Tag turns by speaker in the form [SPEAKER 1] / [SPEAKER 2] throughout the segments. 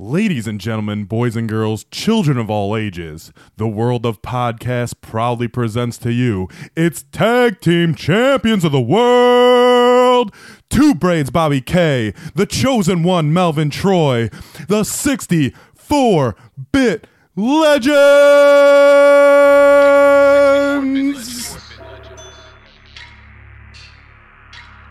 [SPEAKER 1] Ladies and gentlemen, boys and girls, children of all ages, the world of podcasts proudly presents to you its tag team champions of the world. Two Braids Bobby K, the chosen one Melvin Troy, the 64 bit legends.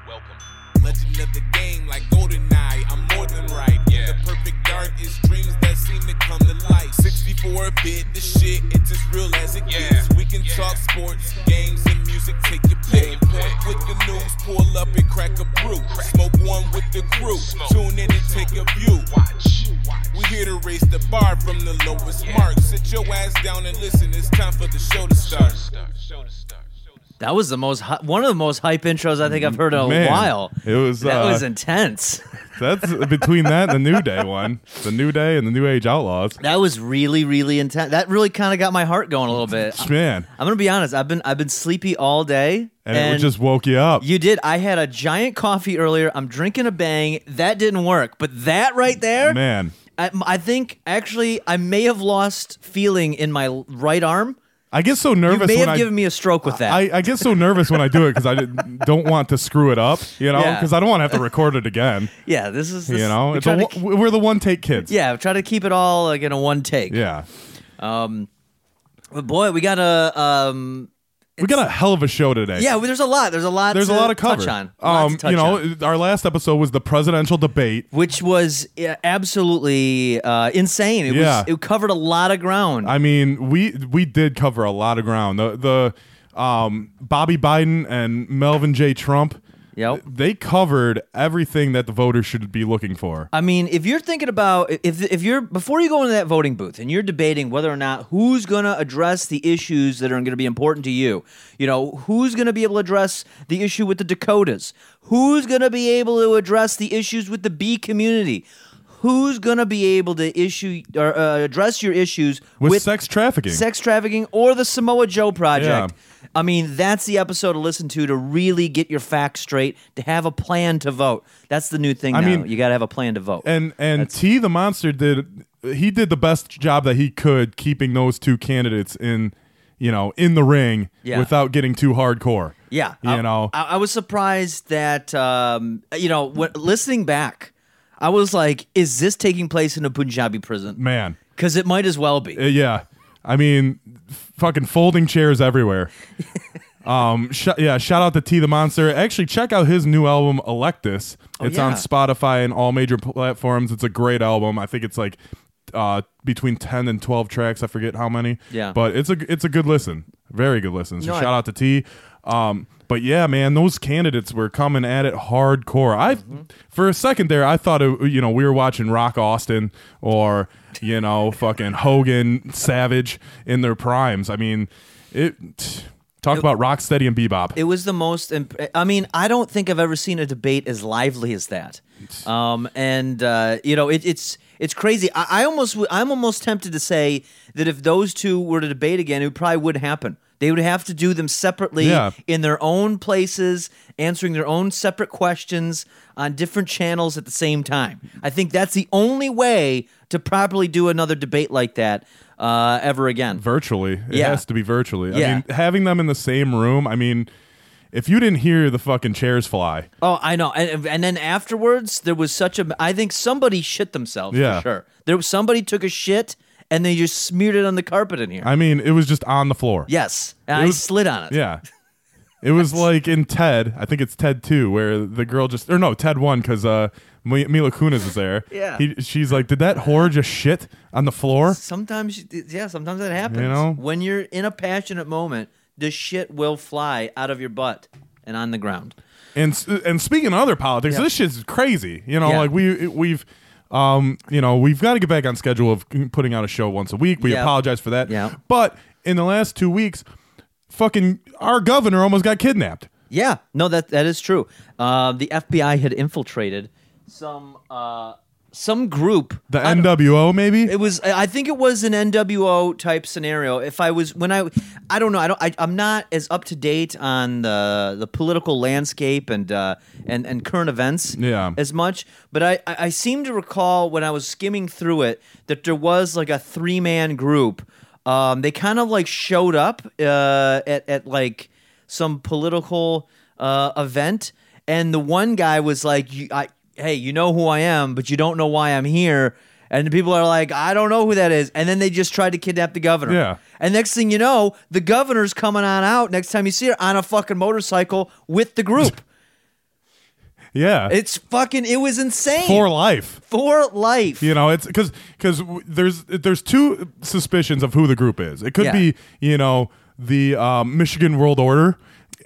[SPEAKER 2] Welcome. Legend of the game, like GoldenEye, I'm more than right. Yeah. The perfect dark is dreams that seem to come to life. 64 bit, the shit, it's as real as it gets. We can talk sports, games, and music, take your pick. Point with the news, pull up and crack a brew. Smoke one with the crew, tune in and take a view. Watch. We here to raise the bar from the lowest mark. Sit your ass down and listen, it's time for the show to start.
[SPEAKER 3] That was the most hy- one of the most hype intros I think I've heard in a
[SPEAKER 1] Man,
[SPEAKER 3] while.
[SPEAKER 1] it was,
[SPEAKER 3] that
[SPEAKER 1] uh,
[SPEAKER 3] was intense.
[SPEAKER 1] That's between that and the New Day one. The New Day and the New Age Outlaws.
[SPEAKER 3] That was really really intense. That really kind of got my heart going a little bit.
[SPEAKER 1] Man,
[SPEAKER 3] I'm gonna be honest. I've been I've been sleepy all day,
[SPEAKER 1] and, it just woke you up.
[SPEAKER 3] you did. I had a giant coffee earlier. I'm drinking a bang. That didn't work, but that right there,
[SPEAKER 1] Man,
[SPEAKER 3] I, I think actually I may have lost feeling in my l- right arm.
[SPEAKER 1] I get so
[SPEAKER 3] You
[SPEAKER 1] nervous
[SPEAKER 3] may
[SPEAKER 1] when
[SPEAKER 3] have
[SPEAKER 1] I,
[SPEAKER 3] given me a stroke with that.
[SPEAKER 1] I I get so nervous when I do it because I didn't- don't want to screw it up, you know,
[SPEAKER 3] Yeah.
[SPEAKER 1] because I don't want to have to record it again.
[SPEAKER 3] yeah, this is this,
[SPEAKER 1] You know,
[SPEAKER 3] we
[SPEAKER 1] it's a,
[SPEAKER 3] try to
[SPEAKER 1] one-
[SPEAKER 3] k-
[SPEAKER 1] we're the one take kids.
[SPEAKER 3] yeah, try to keep it all like in a one take.
[SPEAKER 1] Yeah.
[SPEAKER 3] But boy, we got a um,
[SPEAKER 1] we got a hell of a show today.
[SPEAKER 3] Yeah, well, there's a lot. There's a lot.
[SPEAKER 1] There's
[SPEAKER 3] to
[SPEAKER 1] a lot of cover.
[SPEAKER 3] Touch on. Lot to
[SPEAKER 1] Um,
[SPEAKER 3] touch
[SPEAKER 1] you know,
[SPEAKER 3] on.
[SPEAKER 1] our last episode was the presidential debate.
[SPEAKER 3] which was uh, absolutely uh, insane. It
[SPEAKER 1] Yeah.
[SPEAKER 3] was. It covered a lot of ground.
[SPEAKER 1] I mean, we we did cover a lot of ground. The the um, Bobby Biden and Melvin J. Trump.
[SPEAKER 3] Yep.
[SPEAKER 1] They covered everything that the voters should be looking for.
[SPEAKER 3] I mean, if you're thinking about if if you're before you go into that voting booth and you're debating whether or not who's going to address the issues that are going to be important to you, you know, who's going to be able to address the issue with the Dakotas, who's going to be able to address the issues with the bee community, who's going to be able to issue or uh, address your issues
[SPEAKER 1] With sex trafficking.
[SPEAKER 3] sex trafficking, or the Samoa Joe project.
[SPEAKER 1] Yeah.
[SPEAKER 3] I mean, that's the episode to listen to to really get your facts straight, to have a plan to vote. That's the new thing
[SPEAKER 1] I
[SPEAKER 3] now.
[SPEAKER 1] mean-
[SPEAKER 3] you got to have a plan to vote.
[SPEAKER 1] and and T the monster did he did the best job that he could keeping those two candidates in you know in the ring
[SPEAKER 3] Yeah.
[SPEAKER 1] without getting too hardcore.
[SPEAKER 3] Yeah,
[SPEAKER 1] you
[SPEAKER 3] I,
[SPEAKER 1] know.
[SPEAKER 3] I, I was surprised that um, you know, when, listening back, I was like, "Is this taking place in a Punjabi prison?"
[SPEAKER 1] man,
[SPEAKER 3] Because it might as well be.
[SPEAKER 1] Uh, yeah. I mean, fucking folding chairs everywhere. um, sh- yeah. Shout out to T the monster. Actually, check out his new album Electus. It's on
[SPEAKER 3] Oh, yeah.
[SPEAKER 1] Spotify and all major platforms. It's a great album. I think it's like. Uh, between ten and twelve tracks, I forget how many.
[SPEAKER 3] Yeah.
[SPEAKER 1] but it's a it's a good listen, very good listen. So
[SPEAKER 3] No, I-
[SPEAKER 1] shout out to T. Um, but yeah, man, those candidates were coming at it hardcore. I for a second there, I thought it, you know we were watching Rock Austin or you know fucking Hogan, Savage in their primes. I mean, it talk about rock steady and bebop.
[SPEAKER 3] It was the most. Imp- I mean, I don't think I've ever seen a debate as lively as that. Um, and uh, you know, it, it's it's crazy. I, I almost w- I'm almost tempted to say that if those two were to debate again, it probably would happen. They would have to do them separately
[SPEAKER 1] Yeah.
[SPEAKER 3] in their own places, answering their own separate questions on different channels at the same time. I think that's the only way to properly do another debate like that uh, ever again.
[SPEAKER 1] virtually, it
[SPEAKER 3] Yeah.
[SPEAKER 1] has to be virtually. I
[SPEAKER 3] Yeah.
[SPEAKER 1] mean, having them in the same room. I mean, if you didn't hear the fucking chairs fly,
[SPEAKER 3] Oh, I know. And, and then afterwards, there was such a. I think somebody shit themselves
[SPEAKER 1] Yeah.
[SPEAKER 3] for sure. There was somebody took a shit and they just smeared it on the carpet in here.
[SPEAKER 1] I mean, it was just on the floor.
[SPEAKER 3] yes, and
[SPEAKER 1] It
[SPEAKER 3] I
[SPEAKER 1] was-
[SPEAKER 3] slid on it.
[SPEAKER 1] Yeah. It was like in Ted, I think it's Ted 2, where the girl just, or no, Ted 1, because uh, Mi- Mila Kunis is there.
[SPEAKER 3] Yeah.
[SPEAKER 1] He, she's like, did that whore just shit on the floor?
[SPEAKER 3] Sometimes, you- yeah, sometimes that happens.
[SPEAKER 1] You know?
[SPEAKER 3] when you're in a passionate moment, the shit will fly out of your butt and on the ground.
[SPEAKER 1] And s- and speaking of other politics,
[SPEAKER 3] Yeah.
[SPEAKER 1] this shit's crazy. You know,
[SPEAKER 3] Yeah.
[SPEAKER 1] like we we've um you know we've got to get back on schedule of putting out a show once a week. We
[SPEAKER 3] Yeah.
[SPEAKER 1] apologize for that.
[SPEAKER 3] Yeah.
[SPEAKER 1] But in the last two weeks, fucking our governor almost got kidnapped.
[SPEAKER 3] Yeah, no, that that is true. Uh, the FBI had infiltrated some uh, some group.
[SPEAKER 1] The
[SPEAKER 3] I don't-
[SPEAKER 1] NWO, maybe?
[SPEAKER 3] It was. I I think it was an NWO type scenario. If I was when I, I don't know. I don't. I, I'm not as up to date on the the political landscape and uh, and and current events.
[SPEAKER 1] Yeah.
[SPEAKER 3] As much, but I I I seem to recall when I was skimming through it that there was like a three man group. Um, they kind of like showed up uh, at at like some political uh, event, and the one guy was like, "You- I, "Hey, you know who I am, but you don't know why I'm here." And the people are like, "I don't know who that is," and then they just tried to kidnap the governor.
[SPEAKER 1] Yeah.
[SPEAKER 3] And next thing you know, the governor's coming on out next time you see her on a fucking motorcycle with the group.
[SPEAKER 1] yeah.
[SPEAKER 3] it's fucking. It was insane
[SPEAKER 1] for life.
[SPEAKER 3] For life.
[SPEAKER 1] You know, it's because because there's there's two suspicions of who the group is. It could
[SPEAKER 3] Yeah.
[SPEAKER 1] be you know the um, Michigan World Order,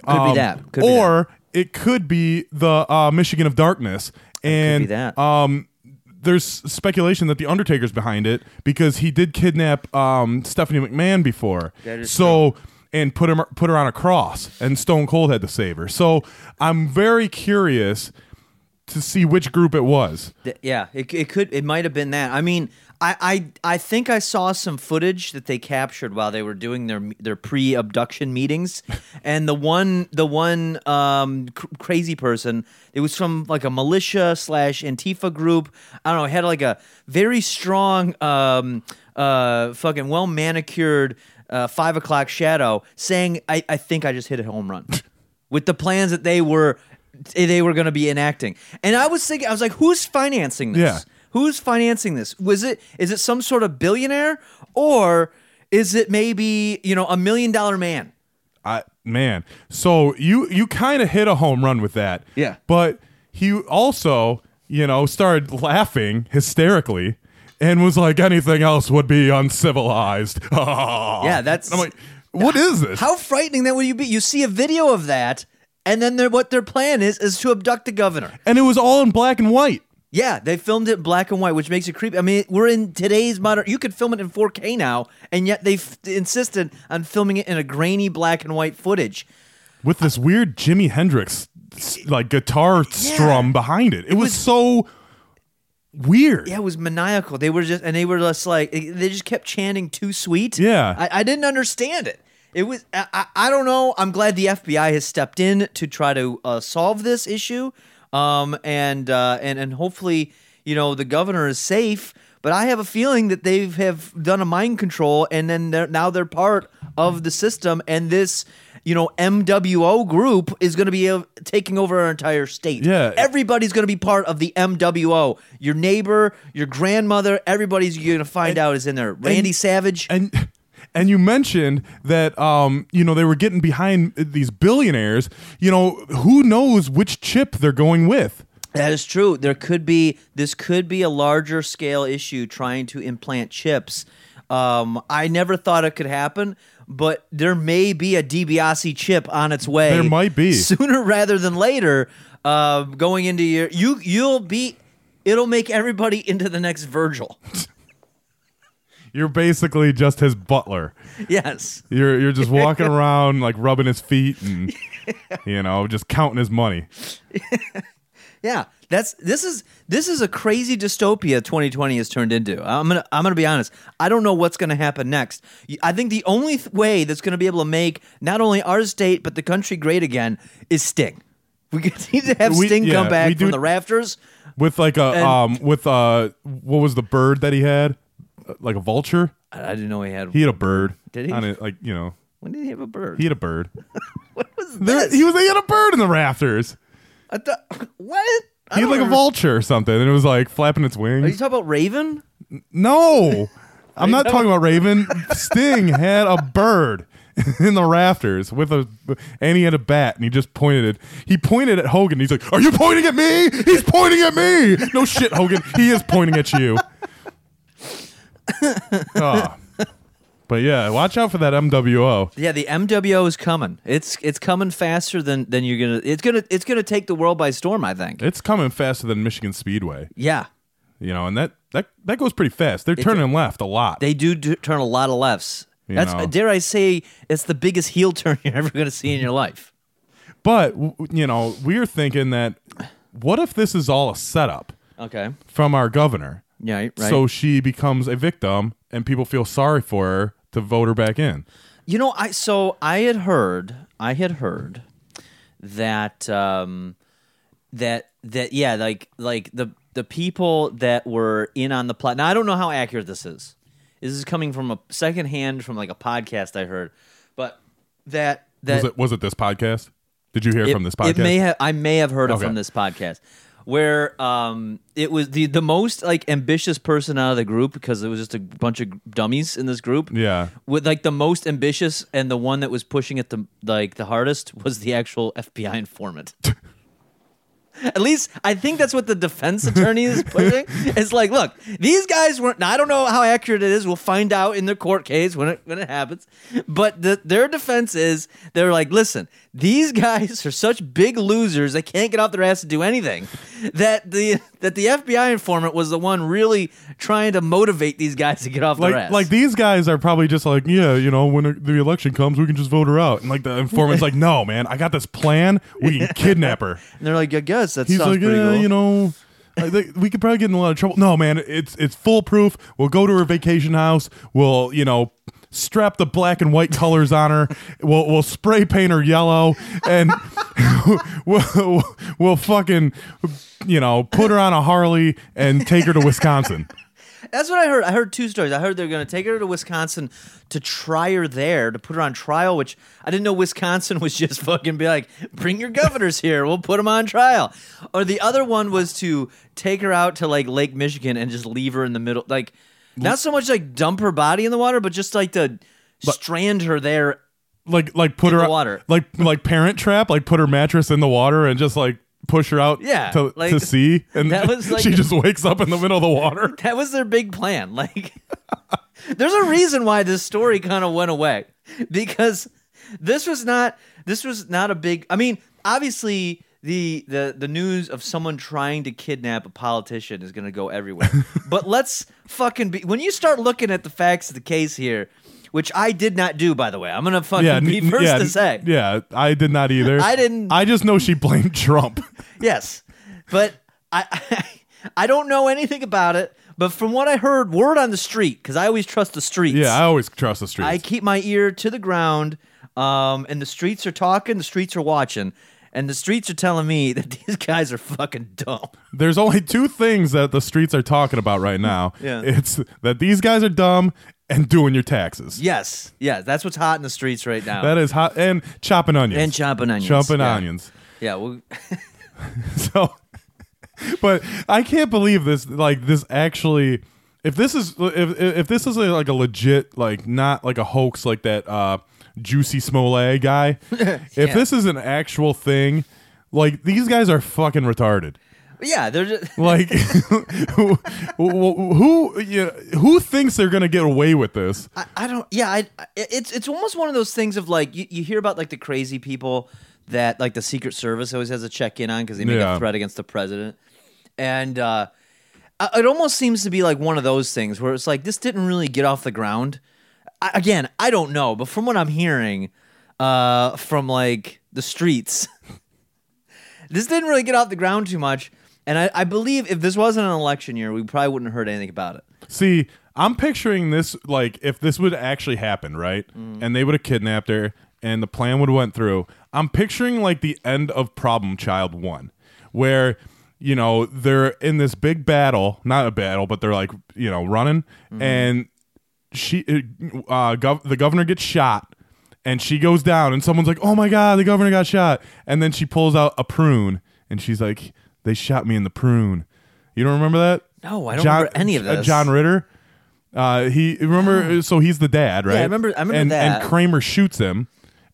[SPEAKER 1] um,
[SPEAKER 3] be that. Could be
[SPEAKER 1] or it could be the uh, Michigan of Darkness, and
[SPEAKER 3] be that.
[SPEAKER 1] um. There's speculation that the Undertaker's behind it because he did kidnap um, Stephanie McMahon before.
[SPEAKER 3] That is
[SPEAKER 1] so and put him put her on a cross, and Stone Cold had to save her. So I'm very curious to see which group it was.
[SPEAKER 3] Th- yeah, it, it could it might have been that. I mean, I, I I think I saw some footage that they captured while they were doing their their pre abduction meetings, and the one the one um cr- crazy person it was from like a militia slash antifa group. I don't know. It had like a very strong um uh fucking well manicured uh five o'clock shadow saying I I think I just hit a home run. with the plans that they were they were going to be enacting. And I was thinking, I was like, who's financing this?
[SPEAKER 1] Yeah.
[SPEAKER 3] Who's financing this? Was it is it some sort of billionaire or is it maybe you know a million dollar man?
[SPEAKER 1] I man. So you you kind of hit a home run with that.
[SPEAKER 3] Yeah.
[SPEAKER 1] But he also, you know, started laughing hysterically and was like anything else would be uncivilized. yeah,
[SPEAKER 3] that's-
[SPEAKER 1] I'm like what is this?
[SPEAKER 3] How frightening that would you be? You see a video of that, and then they're, what their plan is is to abduct the governor.
[SPEAKER 1] and it was all in black and white.
[SPEAKER 3] Yeah, they filmed it in black and white, which makes it creepy. I mean, we're in today's modern. You could film it in 4K now, and yet they f- insisted on filming it in a grainy black and white footage.
[SPEAKER 1] with this weird Jimi Hendrix s- like guitar strum behind it. It, was,
[SPEAKER 3] was-
[SPEAKER 1] so weird.
[SPEAKER 3] Yeah, it was maniacal. They were just and they were just like they just kept chanting "too sweet."
[SPEAKER 1] Yeah.
[SPEAKER 3] I, I didn't understand it. It was I, I, I don't know. I'm glad the FBI has stepped in to try to uh, solve this issue, um, and uh, and and hopefully you know the governor is safe. But I have a feeling that they have done a mind control, and then they're, now they're part of the system, and this you know MWO group is going to be uh, taking over our entire state.
[SPEAKER 1] Yeah.
[SPEAKER 3] everybody's going to be part of the MWO. Your neighbor, your grandmother, everybody's you're going to find out is in there. Randy Savage.
[SPEAKER 1] and and you mentioned that um you know they were getting behind these billionaires you know who knows which chip they're going with
[SPEAKER 3] That is true. There could be this could be a larger scale issue trying to implant chips. Um, I never thought it could happen, but there may be a DiBiase chip on its way.
[SPEAKER 1] There might be.
[SPEAKER 3] sooner rather than later. Uh, going into your you you'll be it'll make everybody into the next Virgil.
[SPEAKER 1] you're basically just his butler
[SPEAKER 3] Yes.
[SPEAKER 1] you're you're just walking around like rubbing his feet and you know just counting his money
[SPEAKER 3] Yeah, that's this is this is a crazy dystopia 2020 has turned into. I'm gonna I'm gonna be honest. I don't know what's gonna happen next. Y- I think the only th- way that's gonna be able to make not only our state but the country great again is Sting. We could need to have
[SPEAKER 1] We-
[SPEAKER 3] Sting
[SPEAKER 1] yeah,
[SPEAKER 3] come
[SPEAKER 1] we
[SPEAKER 3] back
[SPEAKER 1] do-
[SPEAKER 3] from the rafters.
[SPEAKER 1] with like a
[SPEAKER 3] And-
[SPEAKER 1] um with uh what was the bird that he had Uh, like a vulture
[SPEAKER 3] I I didn't know he had.
[SPEAKER 1] he had a bird
[SPEAKER 3] Did he?
[SPEAKER 1] on it like you know
[SPEAKER 3] when did he have a bird?
[SPEAKER 1] he had a bird
[SPEAKER 3] what was
[SPEAKER 1] there,
[SPEAKER 3] this?
[SPEAKER 1] he was he had a bird in the rafters
[SPEAKER 3] I thought, what? I
[SPEAKER 1] he had
[SPEAKER 3] don't
[SPEAKER 1] like a
[SPEAKER 3] remember-
[SPEAKER 1] vulture or something and it was like flapping its wings
[SPEAKER 3] Are you talking about Raven?
[SPEAKER 1] No, I'm not talking about Raven. Sting had a bird in the rafters with a, and he had a bat, and he just pointed it. He pointed at Hogan. He's like, "Are you pointing at me? He's pointing at me." No shit, Hogan. He is pointing at you. Ah. But yeah, watch out for that MWO.
[SPEAKER 3] Yeah, the MWO is coming. It's it's coming faster than than you're gonna. It's gonna it's gonna take the world by storm. I think.
[SPEAKER 1] It's coming faster than Michigan Speedway,
[SPEAKER 3] Yeah,
[SPEAKER 1] you know, and that that that goes pretty fast. They're turning left a lot.
[SPEAKER 3] They do, do turn a lot of lefts.
[SPEAKER 1] You
[SPEAKER 3] That's
[SPEAKER 1] know.
[SPEAKER 3] dare I say, it's the biggest heel turn you're ever going to see in your life.
[SPEAKER 1] But w- you know, we're thinking that what if this is all a setup?
[SPEAKER 3] Okay.
[SPEAKER 1] from our governor.
[SPEAKER 3] Yeah. Right.
[SPEAKER 1] So she becomes a victim, and people feel sorry for her to vote her back in.
[SPEAKER 3] You know, I so I had heard, I had heard that um that that yeah, like like the the people that were in on the plot. Now I don't know how accurate this is. This is coming from a secondhand from like a podcast I heard, but that that
[SPEAKER 1] Was it was it this podcast? Did you hear
[SPEAKER 3] it-
[SPEAKER 1] from this podcast?
[SPEAKER 3] It may have, I may have heard it
[SPEAKER 1] Okay.
[SPEAKER 3] from this podcast, where um, it was the the most like ambitious person out of the group because it was just a bunch of dummies in this group.
[SPEAKER 1] Yeah.
[SPEAKER 3] with like the most ambitious and the one that was pushing it the like the hardest was the actual FBI informant. At least I think that's what the defense attorney is pushing. it's like, look, these guys weren't. now, I don't know how accurate it is. We'll find out in the court case when it when it happens. But the, their defense is they're like, listen, these guys are such big losers. They can't get off their ass to do anything. That the that the FBI informant was the one really trying to motivate these guys to get off their
[SPEAKER 1] like
[SPEAKER 3] ass.
[SPEAKER 1] like these guys are probably just like yeah you know when the election comes we can just vote her out and like the informant's like no man I got this plan we can kidnap her
[SPEAKER 3] and they're like, I guess that
[SPEAKER 1] he's
[SPEAKER 3] sounds
[SPEAKER 1] like
[SPEAKER 3] pretty
[SPEAKER 1] yeah
[SPEAKER 3] cool.
[SPEAKER 1] you know I think we could probably get in a lot of trouble no man it's it's foolproof we'll go to her vacation house we'll you know strap the black and white colors on her we'll we'll spray paint her yellow and we'll we'll fucking you know put her on a Harley and take her to Wisconsin.
[SPEAKER 3] That's what I heard. I heard two stories. I heard they're going to take her to Wisconsin to try her there to put her on trial, which I didn't know Wisconsin was just fucking be like, bring your governors here, we'll put them on trial. Or the other one was to take her out to like Lake Michigan and just leave her in the middle, like not so much like dump her body in the water, but just like to strand her there.
[SPEAKER 1] like like put
[SPEAKER 3] In
[SPEAKER 1] her
[SPEAKER 3] the water.
[SPEAKER 1] like like parent trap like put her mattress in the water and just like push her out
[SPEAKER 3] Yeah,
[SPEAKER 1] to,
[SPEAKER 3] like,
[SPEAKER 1] to sea and
[SPEAKER 3] that was like-
[SPEAKER 1] she just wakes up in the middle of the water
[SPEAKER 3] That was their big plan. Like, there's a reason why this story kind of went away because this was not this was not a big. I mean, obviously the the the news of someone trying to kidnap a politician is going to go everywhere. but let's fucking be when you start looking at the facts of the case here, which I did not do by the way. I'm going to fucking
[SPEAKER 1] yeah
[SPEAKER 3] be
[SPEAKER 1] n-
[SPEAKER 3] first
[SPEAKER 1] yeah,
[SPEAKER 3] to say.
[SPEAKER 1] yeah i did not either
[SPEAKER 3] I didn't-
[SPEAKER 1] i just know she blamed trump
[SPEAKER 3] Yes, but I, I don't know anything about it. But from what I heard, word on the street, because I always trust the streets.
[SPEAKER 1] yeah i always trust the
[SPEAKER 3] I
[SPEAKER 1] streets
[SPEAKER 3] keep my ear to the ground, um, and the streets are talking, the streets are watching, and the streets are telling me that these guys are fucking dumb.
[SPEAKER 1] there's only two things that the streets are talking about right now
[SPEAKER 3] Yeah.
[SPEAKER 1] it's that these guys are dumb and doing your taxes
[SPEAKER 3] Yes, yes, that's what's hot in the streets right now.
[SPEAKER 1] that is hot and chopping onions
[SPEAKER 3] and chopping onions.
[SPEAKER 1] chopping
[SPEAKER 3] yeah.
[SPEAKER 1] onions
[SPEAKER 3] Yeah, well,
[SPEAKER 1] So, but I can't believe this. Like this actually, if this is if if this is like a legit like not like a hoax like that uh juicy Smollett guy. If this is an actual thing, like these guys are fucking retarded.
[SPEAKER 3] yeah, they're just,
[SPEAKER 1] Like who who yeah, who thinks they're gonna get away with this?
[SPEAKER 3] I, I don't. Yeah, I, I- it's it's almost one of those things of like you, you hear about like the crazy people that like the Secret Service always has a check in on because they make
[SPEAKER 1] Yeah.
[SPEAKER 3] a threat against the president, and uh, I- it almost seems to be like one of those things where it's like this didn't really get off the ground. I, again, I don't know, but from what I'm hearing uh, from like the streets, this didn't really get off the ground too much. And I, I believe if this wasn't an election year, we probably wouldn't have heard anything about it.
[SPEAKER 1] See, I'm picturing this like if this would actually happen, right?
[SPEAKER 3] Mm.
[SPEAKER 1] And they would have kidnapped her, and the plan would have went through. I'm picturing like the end of Problem Child One, where you know they're in this big battle, not a battle, but they're like you know running,
[SPEAKER 3] Mm-hmm.
[SPEAKER 1] and she, uh, gov- the governor gets shot. And she goes down, and someone's like, "Oh my god, the governor got shot!" And then she pulls out a prune, and she's like, "They shot me in the prune." You don't remember that?
[SPEAKER 3] No, I don't remember any of
[SPEAKER 1] uh,
[SPEAKER 3] this.
[SPEAKER 1] John Ritter. Uh, he remember so he's the dad, right?
[SPEAKER 3] I remember- I remember
[SPEAKER 1] and,
[SPEAKER 3] that.
[SPEAKER 1] And Kramer shoots him,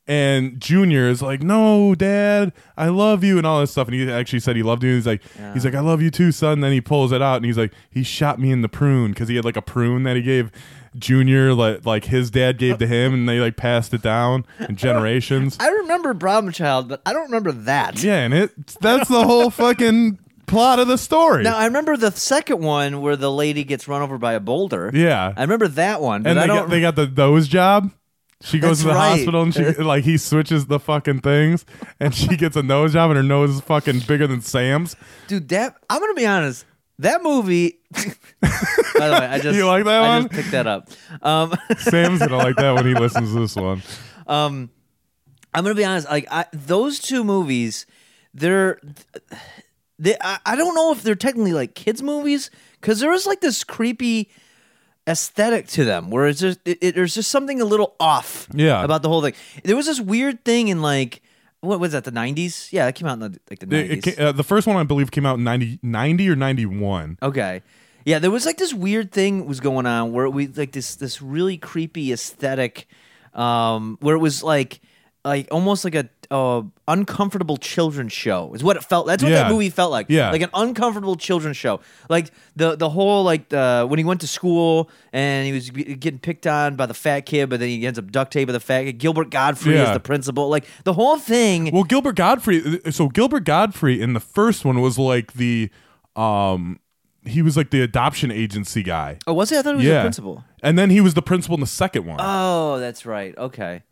[SPEAKER 1] and Junior is like, "No, Dad, I love you," and all this stuff. And he actually said he loved you. And he's like, he's like, "I love you too, son." And then he pulls it out, and he's like, "He shot me in the prune because he had like a prune that he gave Junior, like like his dad gave to him, and they like passed it down in generations."
[SPEAKER 3] I remember Problem Child, but I don't remember that.
[SPEAKER 1] yeah, and it that's the whole fucking plot of the story.
[SPEAKER 3] Now I remember the second one where the lady gets run over by a boulder.
[SPEAKER 1] yeah,
[SPEAKER 3] I remember that one, but
[SPEAKER 1] and
[SPEAKER 3] I
[SPEAKER 1] they
[SPEAKER 3] don't.
[SPEAKER 1] got, they got the those job. She goes
[SPEAKER 3] That's
[SPEAKER 1] to the
[SPEAKER 3] right.
[SPEAKER 1] hospital and she like he switches the fucking things and she gets a nose job and her nose is fucking bigger than Sam's.
[SPEAKER 3] dude, that I'm gonna be honest. That movie. by the way, I just
[SPEAKER 1] You like that
[SPEAKER 3] I
[SPEAKER 1] one?
[SPEAKER 3] just picked that up. Um,
[SPEAKER 1] Sam's gonna like that when he listens to this one.
[SPEAKER 3] Um, I'm gonna be honest. Like I, those two movies, they're they. I, I don't know if they're technically like kids movies because there is like this creepy aesthetic to them where it's just it, it- there's just something a little off.
[SPEAKER 1] Yeah.
[SPEAKER 3] About the whole thing. There was this weird thing in like what was that the 90s? Yeah, that came out in the, like the 90s.
[SPEAKER 1] It- it ca- uh, the first one I believe came out in 90, 90 or ninety one.
[SPEAKER 3] Okay. Yeah, there was like this weird thing was going on where we like this this really creepy aesthetic, um, where it was like like almost like a uh, uncomfortable children's show is what it felt. That's what
[SPEAKER 1] Yeah.
[SPEAKER 3] that movie felt like.
[SPEAKER 1] Yeah.
[SPEAKER 3] like an uncomfortable children's show. Like the the whole like uh, when he went to school and he was g- getting picked on by the fat kid, but then he ends up duct taping the fat kid. Gilbert Godfrey
[SPEAKER 1] Yeah.
[SPEAKER 3] is the principal. Like the whole thing.
[SPEAKER 1] Well, Gilbert Godfrey. uh, So Gilbert Godfrey in the first one was like the, um, he was like the adoption agency guy.
[SPEAKER 3] oh, was it? I thought it was
[SPEAKER 1] yeah,
[SPEAKER 3] the principal.
[SPEAKER 1] And then he was the principal in the second one.
[SPEAKER 3] Oh, that's right. Okay.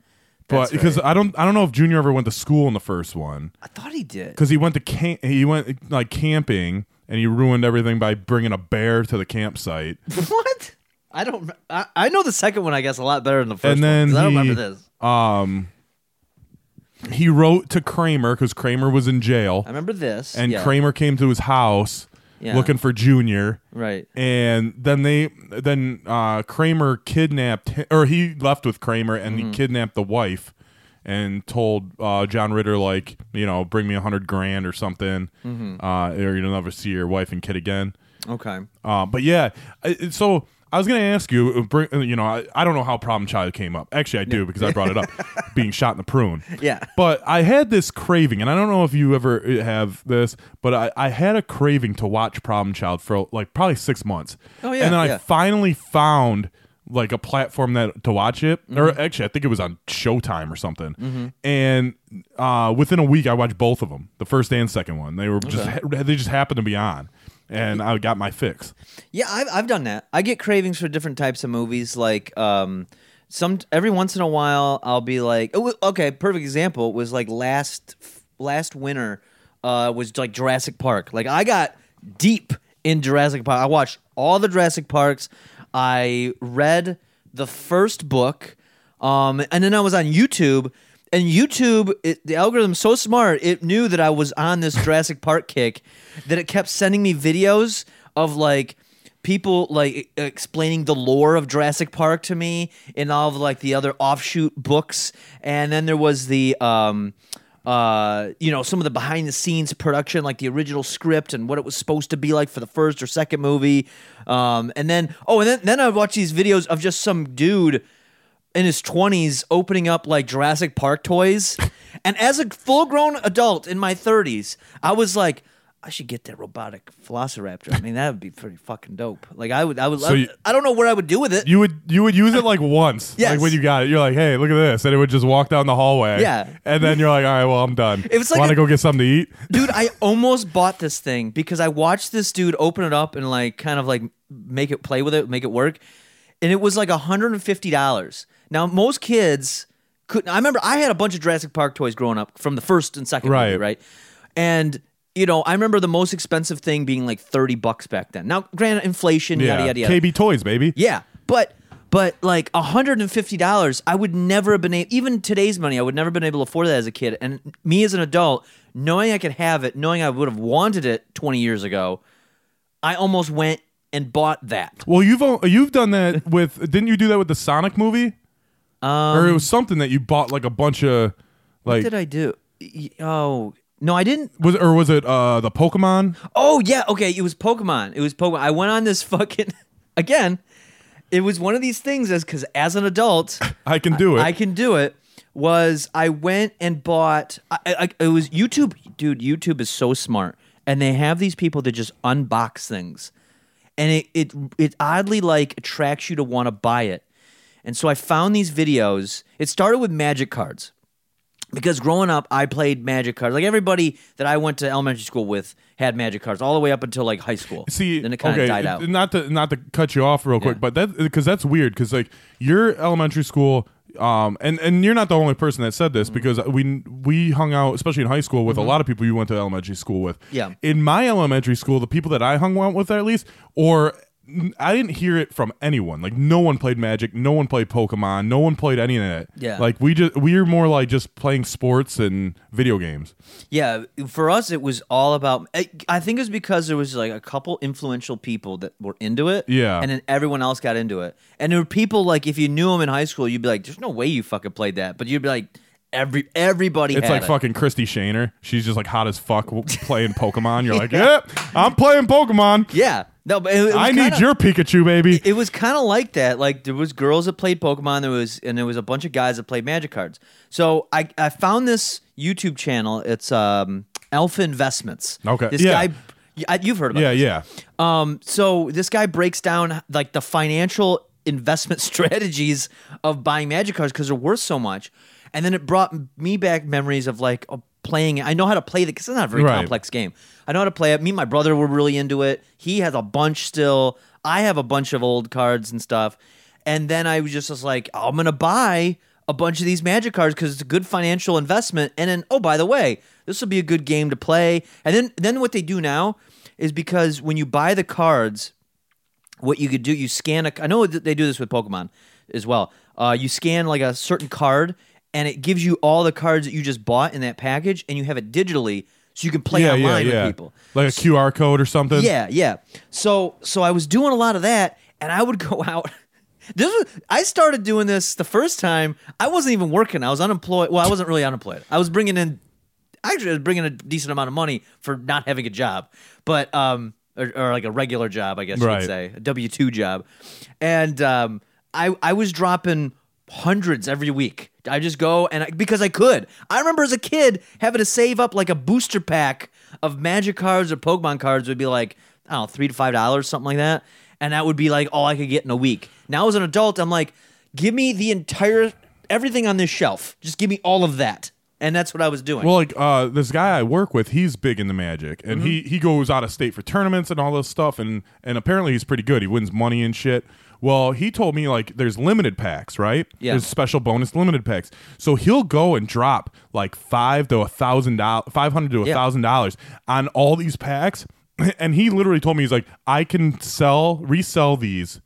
[SPEAKER 1] but
[SPEAKER 3] That's
[SPEAKER 1] because
[SPEAKER 3] right.
[SPEAKER 1] I don't, I don't know if Junior ever went to school in the first one
[SPEAKER 3] I thought he did.
[SPEAKER 1] because he went to camp, he went like camping and he ruined everything by bringing a bear to the campsite.
[SPEAKER 3] What? I don't. I, I know the second one, I guess, a lot better than the first
[SPEAKER 1] and then
[SPEAKER 3] one. 'cause I don't
[SPEAKER 1] he,
[SPEAKER 3] remember this.
[SPEAKER 1] Um, he wrote to Kramer because Kramer was in jail,
[SPEAKER 3] I remember this.
[SPEAKER 1] and
[SPEAKER 3] Um, yeah,
[SPEAKER 1] Kramer came to his house
[SPEAKER 3] Yeah.
[SPEAKER 1] looking for Junior.
[SPEAKER 3] Right.
[SPEAKER 1] And then they then uh, Kramer kidnapped hi- or he left with Kramer and
[SPEAKER 3] Mm-hmm.
[SPEAKER 1] he kidnapped the wife and told uh, John Ritter like you know bring me a hundred grand or something
[SPEAKER 3] Mm-hmm.
[SPEAKER 1] uh, or you'll never see your wife and kid again.
[SPEAKER 3] Okay.
[SPEAKER 1] Uh, but yeah, I- I- so I was gonna ask you, uh, bring, uh, you know, I, I don't know how problem child came up. Actually, I do because I brought it up, being shot in the prune.
[SPEAKER 3] Yeah.
[SPEAKER 1] But I had this craving, and I don't know if you ever uh, have this, but I, I had a craving to watch Problem Child for like probably six months.
[SPEAKER 3] Oh, yeah,
[SPEAKER 1] And then I
[SPEAKER 3] yeah.
[SPEAKER 1] finally found like a platform that to watch it,
[SPEAKER 3] Mm-hmm.
[SPEAKER 1] or actually, I think it was on Showtime or something. And uh, within a week, I watched both of them, the first and second one. They were just they just happened to be on. And I got my fix.
[SPEAKER 3] Yeah, I've I've done that. I get cravings for different types of movies. Like um, some every once in a while, I'll be like, oh, okay, perfect example was like last last winter uh, was like Jurassic Park. Like I got deep in Jurassic Park. I watched all the Jurassic Parks. I read the first book, um, and then I was on YouTube. And YouTube, it, the algorithm's so smart, it knew that I was on this Jurassic Park kick, that it kept sending me videos of like people like e- explaining the lore of Jurassic Park to me in all of like the other offshoot books, and then there was the um, uh, you know, some of the behind the scenes production, like the original script and what it was supposed to be like for the first or second movie, um, and then oh, and then then I would watch these videos of just some dude in his 20s opening up like Jurassic Park toys. and as a full grown adult in my 30s, I was like, I should get that robotic velociraptor. I mean, that would be pretty fucking dope. Like, I would, I would, I,
[SPEAKER 1] you-
[SPEAKER 3] I don't know what I would do with it.
[SPEAKER 1] You would you would use it like once, like
[SPEAKER 3] Yes.
[SPEAKER 1] when you got it. You're like, hey, look at this, and it would just walk down the hallway.
[SPEAKER 3] Yeah.
[SPEAKER 1] and then you're like, all right, well, I'm done.
[SPEAKER 3] It was like
[SPEAKER 1] want to
[SPEAKER 3] a-
[SPEAKER 1] go get something to eat.
[SPEAKER 3] dude i almost bought this thing because i watched this dude open it up and like kind of like make it play with it make it work and it was like $150 now most kids couldn't i remember i had a bunch of jurassic park toys growing up from the first and second
[SPEAKER 1] Right.
[SPEAKER 3] movie, right and you know i remember the most expensive thing being like 30 bucks back then now granted inflation
[SPEAKER 1] Yeah,
[SPEAKER 3] yada yada yada
[SPEAKER 1] KB Toys, baby.
[SPEAKER 3] yeah, but but like hundred and fifty dollars, I would never have been able. Even today's money, I would never have been able to afford that as a kid. And me as an adult, knowing I could have it, knowing I would have wanted it twenty years ago, I almost went and bought that.
[SPEAKER 1] Well, you've o- you've done that with didn't you do that with the Sonic movie? Um, or it was something that you bought like a bunch of like
[SPEAKER 3] What did I do? Y- Oh no, I didn't.
[SPEAKER 1] was or was it uh the Pokemon?
[SPEAKER 3] Oh yeah, okay. It was Pokemon. It was Pokemon. I went on this fucking again. It was one of these things as because as an adult.
[SPEAKER 1] I can do it.
[SPEAKER 3] I can do it. Was I went and bought? I, I, it was YouTube, dude. YouTube is so smart, and they have these people that just unbox things, and it it it oddly like attracts you to want to buy it. And so I found these videos. It started with magic cards because growing up I played magic cards. Like everybody that I went to elementary school with had magic cards all the way up until like high school.
[SPEAKER 1] See,
[SPEAKER 3] then it kind of
[SPEAKER 1] okay,
[SPEAKER 3] died out.
[SPEAKER 1] Not to not to cut you off real quick, but that because that's weird because like your elementary school um, and and you're not the only person that said
[SPEAKER 3] Mm.
[SPEAKER 1] this because we we hung out, especially in high school, with a lot of people you went to elementary school with.
[SPEAKER 3] Mm-hmm. Yeah.
[SPEAKER 1] In my elementary school, the people that I hung out with, at least, or n- I didn't hear it from anyone. Like no one played Magic, no one played Pokemon, no one played any of that.
[SPEAKER 3] Yeah.
[SPEAKER 1] Like we just we were more like just playing sports and video games.
[SPEAKER 3] Yeah, for us it was all about. I I think it was because there was like a couple influential people that were into it.
[SPEAKER 1] Yeah.
[SPEAKER 3] and then everyone else got into it. And there were people like if you knew them in high school, you'd be like, "There's no way you fucking played that," but you'd be like, "Every everybody."
[SPEAKER 1] It's
[SPEAKER 3] had
[SPEAKER 1] like
[SPEAKER 3] it.
[SPEAKER 1] fucking Christy Shaner. She's just like hot as fuck w- playing Pokemon. You're like, yep, I'm playing Pokemon.
[SPEAKER 3] Yeah, no, but it, it was
[SPEAKER 1] I
[SPEAKER 3] kinda-
[SPEAKER 1] need your Pikachu, baby.
[SPEAKER 3] It was kind of like that. Like there was girls that played Pokemon. There was and there was a bunch of guys that played Magic cards. So I I found this YouTube channel. It's um Alpha Investments.
[SPEAKER 1] Okay,
[SPEAKER 3] This
[SPEAKER 1] yeah.
[SPEAKER 3] guy. I- You've heard about
[SPEAKER 1] Yeah,
[SPEAKER 3] this.
[SPEAKER 1] yeah.
[SPEAKER 3] Um, so this guy breaks down like the financial investment strategies of buying magic cards because they're worth so much. And then it brought me back memories of like of playing. I know how to play the because it's not a very
[SPEAKER 1] Right.
[SPEAKER 3] complex game. I know how to play it. Me and my brother were really into it. He has a bunch still. I have a bunch of old cards and stuff. And then I was just, just like, "Oh, I'm gonna buy a bunch of these magic cards because it's a good financial investment. And then, oh, by the way, this will be a good game to play. And then, then what they do now is because when you buy the cards, what you could do, you scan a. I know that they do this with Pokemon as well. Uh, you scan like a certain card, and it gives you all the cards that you just bought in that package, and you have it digitally, so you can play
[SPEAKER 1] yeah, yeah,
[SPEAKER 3] online
[SPEAKER 1] yeah.
[SPEAKER 3] with people.
[SPEAKER 1] Like a QR code or something.
[SPEAKER 3] Yeah, yeah. So so I was doing a lot of that, and I would go out. This was, I started doing this the first time. I wasn't even working. I was unemployed. Well, I wasn't really unemployed. I was bringing in, actually, I was bringing a decent amount of money for not having a job, but um, or, or like a regular job, I guess you
[SPEAKER 1] Right.
[SPEAKER 3] would say, a W two job, and um, I I was dropping hundreds every week. I just go and I, because I could. I remember as a kid having to save up like a booster pack of Magic cards or Pokemon cards would be like I don't know three to five dollars something like that, and that would be like all I could get in a week. Now as an adult, I'm like, give me the entire everything on this shelf. Just give me all of that, and that's what I was doing.
[SPEAKER 1] Well, like uh, this guy I work with, he's big into magic, and he
[SPEAKER 3] Mm-hmm.
[SPEAKER 1] he goes out of state for tournaments and all this stuff, and and apparently he's pretty good. He wins money and shit. Well, he told me like there's limited packs, right?
[SPEAKER 3] Yeah.
[SPEAKER 1] There's special bonus limited packs. So he'll go and drop like five to a thousand dollars, five hundred to a
[SPEAKER 3] Yeah.
[SPEAKER 1] thousand dollars on all these packs, and he literally told me he's like, I can sell, resell these,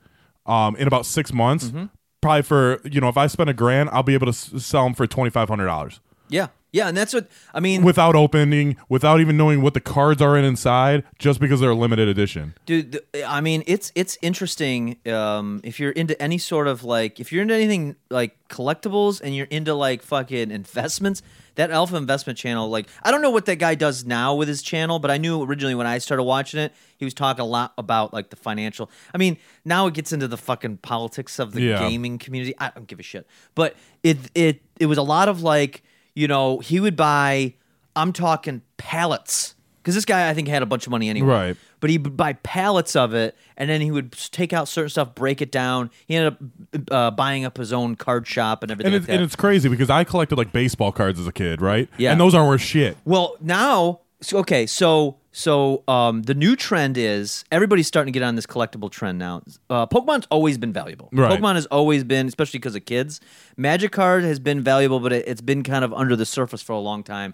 [SPEAKER 1] um, in about six months.
[SPEAKER 3] Mm-hmm.
[SPEAKER 1] Probably for you know, if I spend a grand, I'll be able to s- sell them for twenty five hundred dollars
[SPEAKER 3] yeah, yeah, and that's what I mean.
[SPEAKER 1] without opening, without even knowing what the cards are in inside, just because they're a limited edition.
[SPEAKER 3] dude th- i mean it's it's interesting um if you're into any sort of like if you're into anything like collectibles and you're into like fucking investments that alpha investment channel like i don't know what that guy does now with his channel but i knew originally when i started watching it he was talking a lot about like the financial i mean now it gets into the fucking politics of the
[SPEAKER 1] Yeah.
[SPEAKER 3] gaming community i don't give a shit but it it it was a lot of like you know he would buy i'm talking pallets because this guy i think had a bunch of money anyway
[SPEAKER 1] Right.
[SPEAKER 3] but he would buy pallets of it, and then he would s- take out certain stuff, break it down. He ended up uh, buying up his own card shop and everything.
[SPEAKER 1] And
[SPEAKER 3] like
[SPEAKER 1] it's,
[SPEAKER 3] that.
[SPEAKER 1] and it's crazy because I collected like baseball cards as a kid, right?
[SPEAKER 3] Yeah.
[SPEAKER 1] And those aren't worth shit.
[SPEAKER 3] Well, now, so, okay, so so um, the new trend is everybody's starting to get on this collectible trend now. Uh, Pokemon's always been valuable.
[SPEAKER 1] Right.
[SPEAKER 3] Pokemon has always been, especially because of kids. Magic card has been valuable, but it, it's been kind of under the surface for a long time.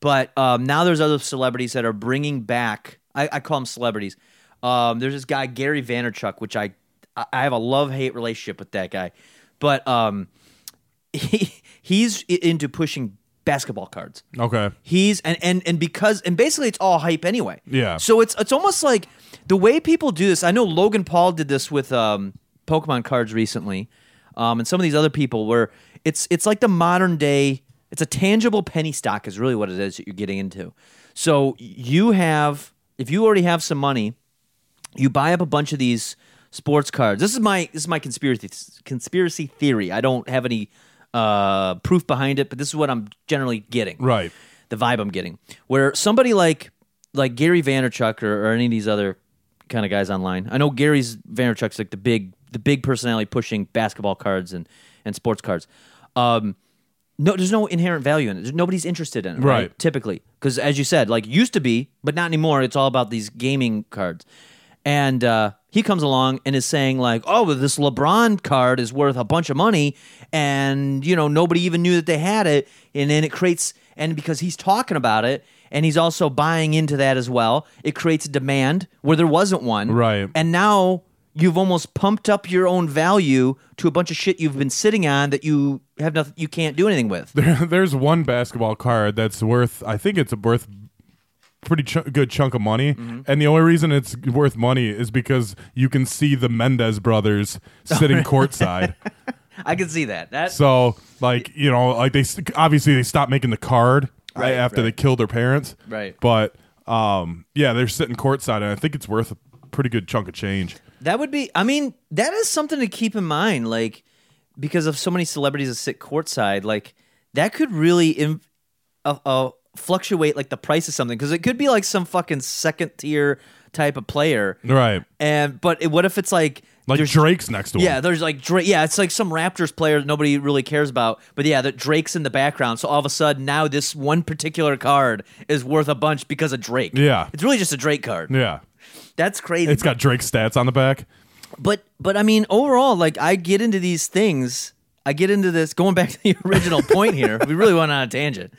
[SPEAKER 3] But um, now there's other celebrities that are bringing back. I, I call them celebrities. Um, there's this guy Gary Vaynerchuk, which I I I have a love hate relationship with that guy, but um, he he's i- into pushing basketball cards.
[SPEAKER 1] Okay.
[SPEAKER 3] He's and and and because and basically it's all hype anyway.
[SPEAKER 1] Yeah.
[SPEAKER 3] So it's it's almost like the way people do this. I know Logan Paul did this with um, Pokemon cards recently, um, and some of these other people where it's it's like the modern day. It's a tangible penny stock is really what it is that you're getting into. So you have if you already have some money, you buy up a bunch of these sports cards. This is my this is my conspiracy conspiracy theory. I don't have any uh, proof behind it, but this is what I'm generally getting
[SPEAKER 1] Right.
[SPEAKER 3] the vibe I'm getting. Where somebody like like Gary Vaynerchuk or, or any of these other kind of guys online. I know Gary's Vaynerchuk's like the big the big personality pushing basketball cards and and sports cards. Um, no, there's no inherent value in it. Nobody's interested in it, right?
[SPEAKER 1] Right.
[SPEAKER 3] Typically, because as you said, like used to be, but not anymore. It's all about these gaming cards, and uh, He comes along and is saying like, "Oh, well, this LeBron card is worth a bunch of money, and you know nobody even knew that they had it." And then it creates and because he's talking about it and he's also buying into that as well, it creates a demand where there wasn't one.
[SPEAKER 1] Right.
[SPEAKER 3] And now you've almost pumped up your own value to a bunch of shit you've been sitting on that you have nothing you can't do anything with.
[SPEAKER 1] There, there's one basketball card that's worth. I think it's worth pretty ch- good chunk of money, and the only reason it's worth money is because you can see the Mendez brothers sitting courtside.
[SPEAKER 3] I can see that. That
[SPEAKER 1] So, like you know, like they s- obviously they stopped making the card right,
[SPEAKER 3] Right,
[SPEAKER 1] after they
[SPEAKER 3] right.
[SPEAKER 1] killed their parents.
[SPEAKER 3] Right.
[SPEAKER 1] But um, yeah, they're sitting courtside, and I think it's worth a pretty good chunk of change.
[SPEAKER 3] That would be. I mean, that is something to keep in mind, like because of so many celebrities that sit courtside, like that could really Im- uh, uh, fluctuate like the price of something because it could be like some fucking second tier type of player,
[SPEAKER 1] Right.
[SPEAKER 3] and but it, what if it's like
[SPEAKER 1] Like
[SPEAKER 3] there's-
[SPEAKER 1] Drake's next to him.
[SPEAKER 3] yeah, there's like Drake. Yeah, it's like some Raptors player that nobody really cares about. But yeah, that Drake's in the background. So all of a sudden, now this one particular card is worth a bunch because of Drake.
[SPEAKER 1] Yeah.
[SPEAKER 3] it's really just a Drake card.
[SPEAKER 1] Yeah.
[SPEAKER 3] That's crazy.
[SPEAKER 1] It's got Drake's stats on the back.
[SPEAKER 3] but but I mean overall, like I get into these things. I get into this going back to the original point here. We really went on a tangent,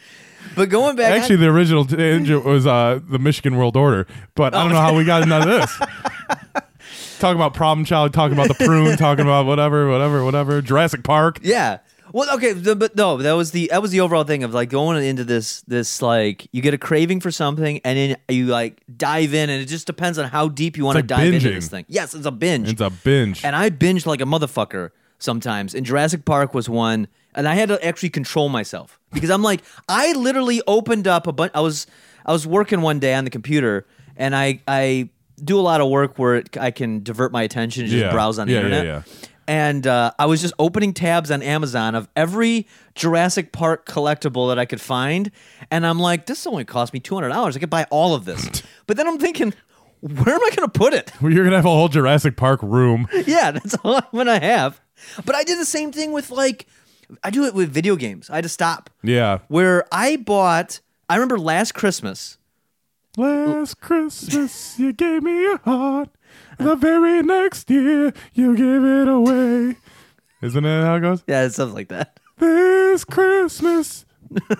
[SPEAKER 3] but going back, I-
[SPEAKER 1] Actually, the original tangent was uh, the Michigan World Order, but I don't
[SPEAKER 3] Oh.
[SPEAKER 1] know how we got into this. talking about problem child, talking about the prune, talking about whatever, whatever, whatever. Jurassic Park.
[SPEAKER 3] yeah. Well, okay, the, but no, that was the that was the overall thing of like going into this this like you get a craving for something and then you like dive in and it just depends on how deep you want to
[SPEAKER 1] like
[SPEAKER 3] dive into
[SPEAKER 1] binging.
[SPEAKER 3] this thing. Yes, it's a binge.
[SPEAKER 1] It's a binge.
[SPEAKER 3] and I binged like a motherfucker sometimes. And Jurassic Park was one, and I had to actually control myself because I'm like, I literally opened up a bunch. I was I was working one day on the computer, and I I do a lot of work where it, I can divert my attention and just
[SPEAKER 1] Yeah.
[SPEAKER 3] browse on the
[SPEAKER 1] Yeah, yeah,
[SPEAKER 3] internet.
[SPEAKER 1] yeah.
[SPEAKER 3] And uh, I was just opening tabs on Amazon of every Jurassic Park collectible that I could find, and I'm like, this only cost me two hundred dollars. I could buy all of this. but then I'm thinking, where am I going to put it?
[SPEAKER 1] Well, You're gonna have a whole Jurassic Park room.
[SPEAKER 3] yeah, that's all I'm gonna have. But I did the same thing with like, I do it with video games. I had to stop.
[SPEAKER 1] Yeah.
[SPEAKER 3] Where I bought, I remember last Christmas.
[SPEAKER 1] Last Christmas, you gave me your heart. The very next year, you gave it away. Isn't it how it goes?
[SPEAKER 3] Yeah, it's stuff like that.
[SPEAKER 1] This Christmas.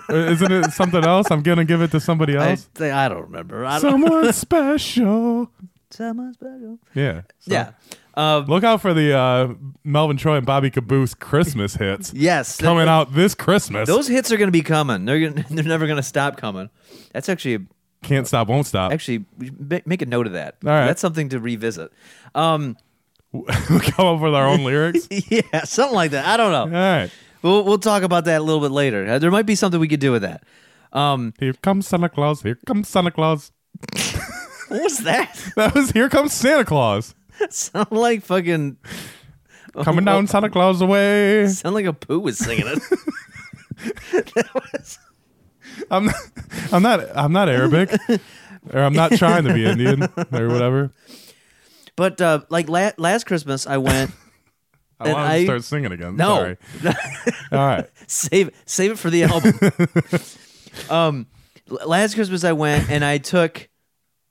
[SPEAKER 1] Uh, Isn't it something else? I'm gonna give it to somebody
[SPEAKER 3] I,
[SPEAKER 1] else.
[SPEAKER 3] I don't remember. I don't.
[SPEAKER 1] Someone special.
[SPEAKER 3] Someone special.
[SPEAKER 1] Yeah. so-
[SPEAKER 3] oh. Yeah. Um,
[SPEAKER 1] Look out for the uh, Melvin Troy and Bobby Caboose Christmas hits.
[SPEAKER 3] yes. th-
[SPEAKER 1] Coming out this Christmas.
[SPEAKER 3] those hits are gonna be coming. They're gonna, they're never gonna stop coming. That's actually
[SPEAKER 1] Can't stop, won't stop.
[SPEAKER 3] actually we should ma- make a note of that.
[SPEAKER 1] All right.
[SPEAKER 3] That's something to revisit. Um,
[SPEAKER 1] We'll come up with our own lyrics.
[SPEAKER 3] yeah, something like that. I don't
[SPEAKER 1] All
[SPEAKER 3] know.
[SPEAKER 1] right.
[SPEAKER 3] We'll we'll talk about that a little bit later. Uh, There might be something we could do with that. Um,
[SPEAKER 1] Here comes Santa Claus. Here comes Santa Claus.
[SPEAKER 3] What was that?
[SPEAKER 1] That was Here Comes Santa Claus.
[SPEAKER 3] sound like fucking
[SPEAKER 1] Coming down Santa Claus away.
[SPEAKER 3] sound like a poo was singing it.
[SPEAKER 1] I'm not, I'm not I'm not Arabic. or I'm not trying to be Indian or whatever.
[SPEAKER 3] but uh, like la- last Christmas, I went.
[SPEAKER 1] I
[SPEAKER 3] And
[SPEAKER 1] want
[SPEAKER 3] I-
[SPEAKER 1] to start singing again.
[SPEAKER 3] No,
[SPEAKER 1] Sorry. All right.
[SPEAKER 3] save save it for the album. um, l- last Christmas, I went and I took.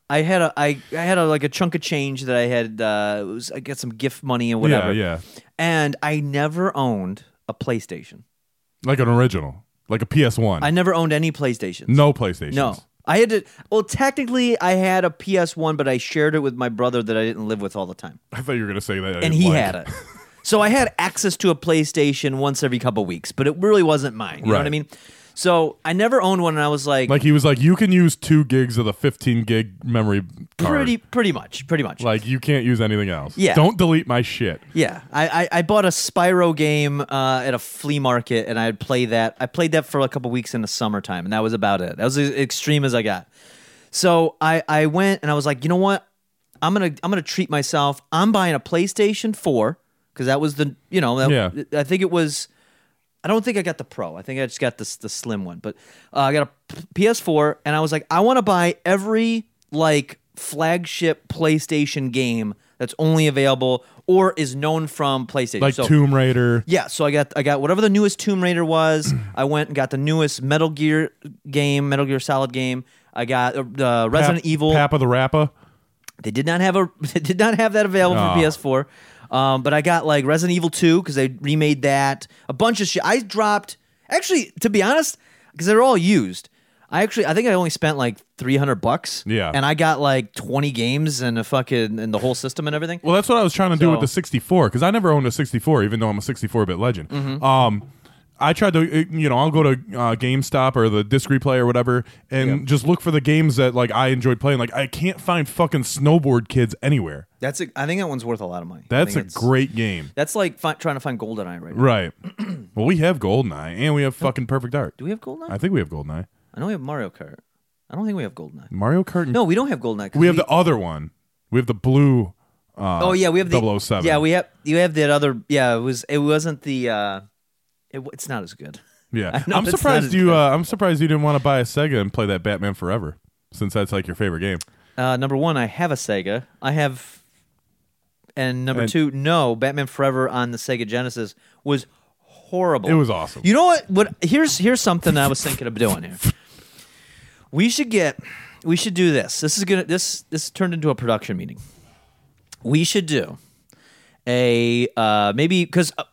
[SPEAKER 3] I had a I, I had a, like a chunk of change that I had. Uh, it was, I got some gift money and whatever.
[SPEAKER 1] Yeah, yeah.
[SPEAKER 3] And I never owned a PlayStation.
[SPEAKER 1] Like an original. Like a PS1.
[SPEAKER 3] I never owned any PlayStation.
[SPEAKER 1] no PlayStation.
[SPEAKER 3] No. I had to. Well, technically, I had a PS1, but I shared it with my brother that I didn't live with all the time.
[SPEAKER 1] I thought you were gonna say that. I
[SPEAKER 3] and
[SPEAKER 1] didn't
[SPEAKER 3] he
[SPEAKER 1] like.
[SPEAKER 3] had it. So I had access to a PlayStation once every couple weeks, but it really wasn't mine. You know what I
[SPEAKER 1] Right.
[SPEAKER 3] mean? So I never owned one, and I was like,
[SPEAKER 1] Like he was like, you can use two gigs of the 15 gig memory card.
[SPEAKER 3] pretty, pretty much, pretty much.
[SPEAKER 1] Like you can't use anything else.
[SPEAKER 3] Yeah.
[SPEAKER 1] Don't delete my shit.
[SPEAKER 3] yeah, I, I, I bought a Spyro game uh, at a flea market, and I'd play that. I played that for a couple weeks in the summertime, and that was about it. That was as extreme as I got. So I, I went and I was like, you know what? I'm gonna I'm gonna treat myself. I'm buying a PlayStation 4 because that was the you know that,
[SPEAKER 1] Yeah.
[SPEAKER 3] I think it was. I don't think I got the Pro. I think I just got this the slim one. But uh, I got a P- PS4 and I was like, I want to buy every like flagship PlayStation game that's only available or is known from PlayStation.
[SPEAKER 1] Like
[SPEAKER 3] So-
[SPEAKER 1] Tomb Raider.
[SPEAKER 3] yeah, so I got I got whatever the newest Tomb Raider was. I went and got the newest Metal Gear game, Metal Gear Solid game. I got uh, the
[SPEAKER 1] Pap-
[SPEAKER 3] Resident Evil.
[SPEAKER 1] Papa the Rapper.
[SPEAKER 3] They did not have a they did not have that available
[SPEAKER 1] Ah.
[SPEAKER 3] for PS4. Um, but I got like Resident Evil 2 because they remade that. A bunch of shit. I dropped actually to be honest because they're all used. I actually I think I only spent like 300 bucks.
[SPEAKER 1] Yeah.
[SPEAKER 3] And I got like 20 games and a fucking and the whole system and everything.
[SPEAKER 1] Well, that's what I was trying to do
[SPEAKER 3] So-
[SPEAKER 1] with the 64 because I never owned a 64, even though I'm a 64-bit legend.
[SPEAKER 3] Mm-hmm.
[SPEAKER 1] Um, I tried to, uh, you know, I'll go to uh, GameStop or the disc replay or whatever, and just look for the games that like I enjoyed playing. Like I can't find fucking Snowboard Kids anywhere.
[SPEAKER 3] That's a, I think that one's worth a lot of money. I
[SPEAKER 1] That's
[SPEAKER 3] think
[SPEAKER 1] a
[SPEAKER 3] it's-
[SPEAKER 1] great game,
[SPEAKER 3] That's like fi- trying to find Goldeneye right now.
[SPEAKER 1] right? well, we have Goldeneye and we have fucking Perfect Dark.
[SPEAKER 3] Do we have Goldeneye?
[SPEAKER 1] I think we have Goldeneye,
[SPEAKER 3] I know we have Mario Kart. I don't think we have Goldeneye.
[SPEAKER 1] Mario Kart. And
[SPEAKER 3] No, we don't have Goldeneye. 'cause
[SPEAKER 1] Mm. we have the other one. We have the blue. Uh,
[SPEAKER 3] Oh yeah, we have the
[SPEAKER 1] 007.
[SPEAKER 3] Yeah, we have you have that other. Yeah, it was it wasn't the. uh it, w- It's not as good.
[SPEAKER 1] Yeah,
[SPEAKER 3] I know
[SPEAKER 1] I'm
[SPEAKER 3] it's not
[SPEAKER 1] surprised
[SPEAKER 3] as
[SPEAKER 1] you.
[SPEAKER 3] good.
[SPEAKER 1] Uh, I'm surprised you didn't want to buy a Sega and play that Batman Forever, since that's like your favorite game.
[SPEAKER 3] Uh, number one, I have a Sega. I have, and number
[SPEAKER 1] And-
[SPEAKER 3] two, no, Batman Forever on the Sega Genesis was horrible.
[SPEAKER 1] It was awesome.
[SPEAKER 3] You know what? What here's here's something I was thinking of doing here. We should get, we should do this. This is gonna this this turned into a production meeting. We should do a uh, maybe because uh,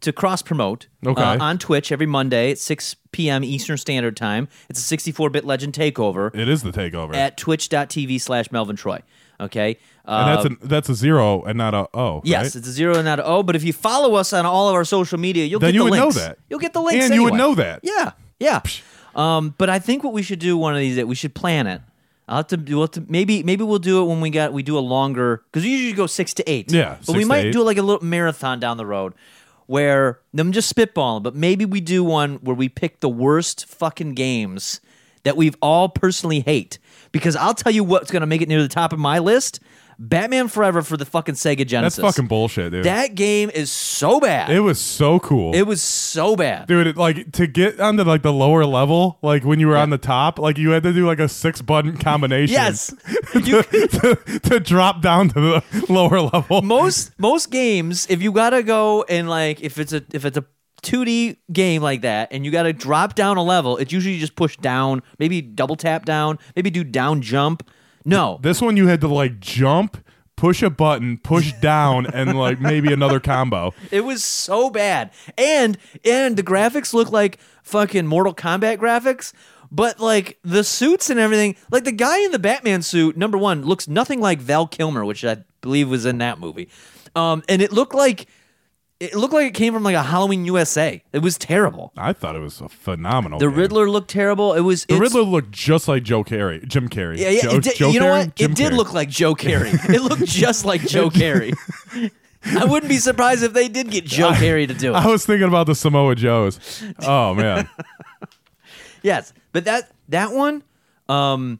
[SPEAKER 3] to cross promote
[SPEAKER 1] Okay.
[SPEAKER 3] uh, on Twitch every Monday at 6 p.m. Eastern Standard Time. It's a 64-bit Legend Takeover
[SPEAKER 1] It is the takeover,
[SPEAKER 3] at twitch.tv slash Melvin Troy. Okay. Uh,
[SPEAKER 1] and that's a that's a zero and not a oh.
[SPEAKER 3] Yes,
[SPEAKER 1] right?
[SPEAKER 3] it's a zero and not an O. But if you follow us on all of our social media, you'll
[SPEAKER 1] Then
[SPEAKER 3] get
[SPEAKER 1] you
[SPEAKER 3] the
[SPEAKER 1] would know
[SPEAKER 3] links.
[SPEAKER 1] that.
[SPEAKER 3] You'll get the links,
[SPEAKER 1] And you would
[SPEAKER 3] anyway.
[SPEAKER 1] know that.
[SPEAKER 3] Yeah, yeah. Um, but I think what we should do one of these that we should plan it. I'll have to, we'll have to maybe maybe we'll do it when we got we do a longer because we usually go six to eight.
[SPEAKER 1] Yeah,
[SPEAKER 3] but
[SPEAKER 1] six
[SPEAKER 3] we
[SPEAKER 1] to
[SPEAKER 3] might
[SPEAKER 1] eight.
[SPEAKER 3] do like a little marathon down the road where I'm just spitballing, but maybe we do one where we pick the worst fucking games that we've all personally hate. Because I'll tell you what's gonna make it near the top of my list: Batman Forever for the fucking Sega
[SPEAKER 1] that's
[SPEAKER 3] Genesis.
[SPEAKER 1] fucking bullshit, dude.
[SPEAKER 3] That game is so bad.
[SPEAKER 1] it
[SPEAKER 3] It,
[SPEAKER 1] was so cool,
[SPEAKER 3] was so bad.
[SPEAKER 1] dude. It, like to get onto like the lower level, like when you were on the top, like you had to do like a six button combination.
[SPEAKER 3] Yes.
[SPEAKER 1] to, to, to drop down to the lower level.
[SPEAKER 3] most most games, if you gotta go and like if it's a if it's a 2D game like that and you gotta drop down a level, it's usually just push down, maybe double tap down, maybe do down jump. No.
[SPEAKER 1] This one you had to like jump, push a button, push down, and like maybe another combo.
[SPEAKER 3] It was so bad. And and the graphics look like fucking Mortal Kombat graphics, but like the suits and everything, like the guy in the Batman suit, number one, looks nothing like Val Kilmer, which I believe was in that movie. Um, and it looked like it looked like it came from like a Halloween USA. It was terrible.
[SPEAKER 1] I thought it was a phenomenal.
[SPEAKER 3] The
[SPEAKER 1] game.
[SPEAKER 3] Riddler looked terrible. It was
[SPEAKER 1] The
[SPEAKER 3] it's-
[SPEAKER 1] Riddler looked just like Joe Carey, Jim Carrey.
[SPEAKER 3] Yeah, yeah.
[SPEAKER 1] Joe,
[SPEAKER 3] it did,
[SPEAKER 1] Joe
[SPEAKER 3] you know
[SPEAKER 1] Carey?
[SPEAKER 3] what?
[SPEAKER 1] Jim
[SPEAKER 3] it did
[SPEAKER 1] Carrey.
[SPEAKER 3] look like Joe Carey. it looked just like Joe Carey. I wouldn't be surprised if they did get Joe Carey to do it.
[SPEAKER 1] I was thinking about the Samoa Joes. Oh man,
[SPEAKER 3] Yes, but that that one, um,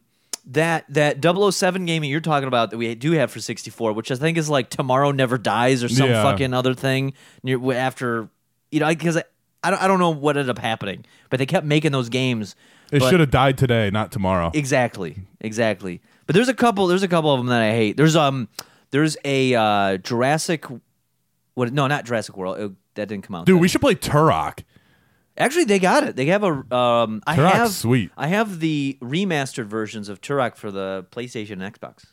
[SPEAKER 3] that that 007 game that you're talking about that we do have for 64, which I think is like Tomorrow Never Dies or some
[SPEAKER 1] Yeah.
[SPEAKER 3] fucking other thing near after, you know, because I, I don't I don't know what ended up happening, but they kept making those games.
[SPEAKER 1] it
[SPEAKER 3] but-
[SPEAKER 1] should have died today, not tomorrow.
[SPEAKER 3] Exactly, exactly. But there's a couple. There's a couple of them that I hate. There's um, there's a uh, Jurassic. What? No, not Jurassic World. It- that didn't come out.
[SPEAKER 1] Dude, we should play Turok.
[SPEAKER 3] Actually, they got it. They have a. Um, I
[SPEAKER 1] Turok's
[SPEAKER 3] have
[SPEAKER 1] sweet.
[SPEAKER 3] I have the remastered versions of Turok for the PlayStation and Xbox,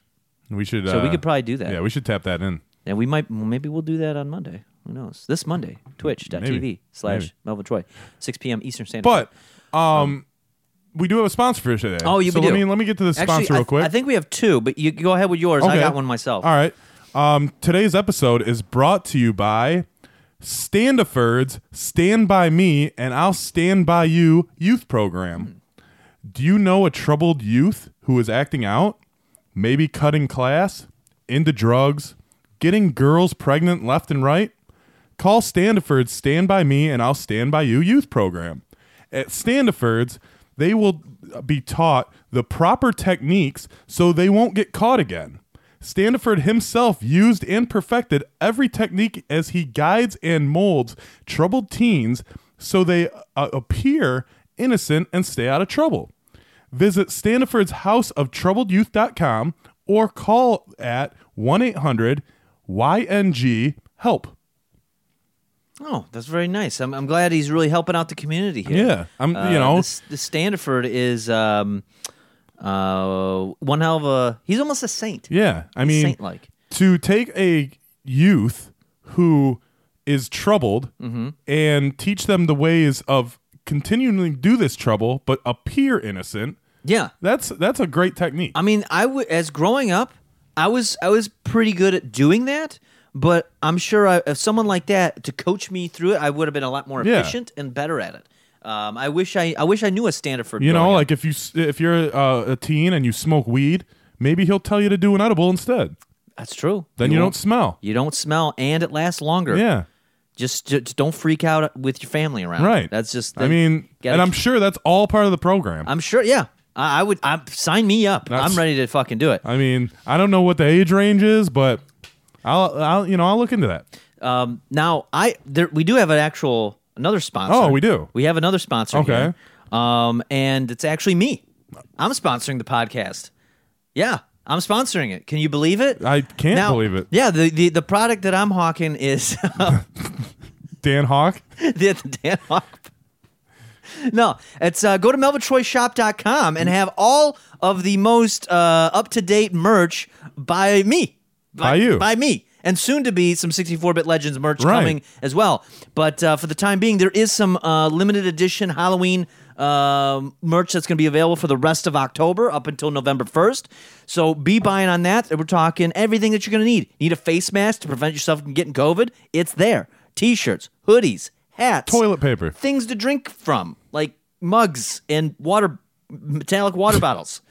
[SPEAKER 1] We should.
[SPEAKER 3] so we
[SPEAKER 1] uh,
[SPEAKER 3] could probably do that.
[SPEAKER 1] Yeah, we should tap that in.
[SPEAKER 3] and we might maybe we'll do that on Monday. Who knows? This Monday, Twitch.tv
[SPEAKER 1] Maybe.
[SPEAKER 3] slash
[SPEAKER 1] Maybe.
[SPEAKER 3] Melvin Troy, six p.m. Eastern Standard.
[SPEAKER 1] But
[SPEAKER 3] Time.
[SPEAKER 1] um, we do have a sponsor for today.
[SPEAKER 3] oh, you
[SPEAKER 1] so
[SPEAKER 3] do.
[SPEAKER 1] let me let me get to the sponsor
[SPEAKER 3] Actually, I
[SPEAKER 1] real
[SPEAKER 3] th-
[SPEAKER 1] quick.
[SPEAKER 3] I think we have two, but you go ahead with yours. I
[SPEAKER 1] Okay.
[SPEAKER 3] got one myself.
[SPEAKER 1] All right. Um, today's episode is brought to you by Standiford's Stand By Me and I'll Stand By You youth program. Do you know a troubled youth who is acting out, maybe cutting class, into drugs, getting girls pregnant left and right? Call Standiford's Stand By Me and I'll Stand By You youth program. At Standiford's, they will be taught the proper techniques so they won't get caught again. Standiford himself used and perfected every technique as he guides and molds troubled teens so they uh, appear innocent and stay out of trouble. Visit Standiford's House of Troubled Youth.com or call at 1 800 YNG HELP.
[SPEAKER 3] Oh, that's very nice. I'm, I'm glad he's really helping out the community here.
[SPEAKER 1] Yeah, I'm- you
[SPEAKER 3] Uh,
[SPEAKER 1] know-
[SPEAKER 3] this, this Standiford is um, Uh, one hell of a. He's almost a saint.
[SPEAKER 1] Yeah, I mean,
[SPEAKER 3] saint like.
[SPEAKER 1] to take a youth who is troubled
[SPEAKER 3] Mm-hmm.
[SPEAKER 1] and teach them the ways of continually do this trouble but appear innocent.
[SPEAKER 3] Yeah.
[SPEAKER 1] That's that's a great technique.
[SPEAKER 3] I mean, I would as growing up, I was I was pretty good at doing that. But I'm sure I, if someone like that to coach me through it, I would have been a lot more
[SPEAKER 1] Yeah.
[SPEAKER 3] efficient and better at it. Um, I wish I I wish I knew a standard for
[SPEAKER 1] you know,
[SPEAKER 3] growing up.
[SPEAKER 1] like if you s- if you're uh, a teen and you smoke weed, maybe he'll tell you to do an edible instead.
[SPEAKER 3] that's true.
[SPEAKER 1] Then you, don't
[SPEAKER 3] won't-
[SPEAKER 1] smell.
[SPEAKER 3] you don't smell and it lasts longer.
[SPEAKER 1] Yeah.
[SPEAKER 3] Just, ju- just don't freak out with your family around.
[SPEAKER 1] Right.
[SPEAKER 3] That's just.
[SPEAKER 1] I mean,
[SPEAKER 3] gotta-
[SPEAKER 1] and I'm sure that's all part of the program.
[SPEAKER 3] I'm sure. Yeah. I, I would. I sign me up.
[SPEAKER 1] That's-
[SPEAKER 3] I'm ready to fucking do it.
[SPEAKER 1] I mean, I don't know what the age range is, but I'll, I'll you know, I'll look into that.
[SPEAKER 3] Um, now I there, we do have an actual another sponsor.
[SPEAKER 1] Oh, we do?
[SPEAKER 3] We have another sponsor.
[SPEAKER 1] Okay.
[SPEAKER 3] here. Um, and it's actually me. I'm sponsoring the podcast. Yeah, I'm sponsoring it. Can you believe it?
[SPEAKER 1] I can't
[SPEAKER 3] Now-
[SPEAKER 1] believe it.
[SPEAKER 3] Yeah, the, the the product that I'm hawking is
[SPEAKER 1] Dan Hawk.
[SPEAKER 3] the, the Dan Hawk. No, it's uh, go to melvatroyshop.com and have all of the most uh, up to date merch by me.
[SPEAKER 1] By you.
[SPEAKER 3] By me. And soon to be some 64 bit Legends merch
[SPEAKER 1] Right.
[SPEAKER 3] coming as well. But uh, for the time being, there is some uh, limited edition Halloween um merch that's going to be available for the rest of October up until November 1st. So be buying on that. We're talking everything that you're going to need. Need a face mask to prevent yourself from getting COVID? It's there. T shirts, hoodies, hats,
[SPEAKER 1] Toilet paper.
[SPEAKER 3] things to drink from, like mugs and water, metallic water bottles,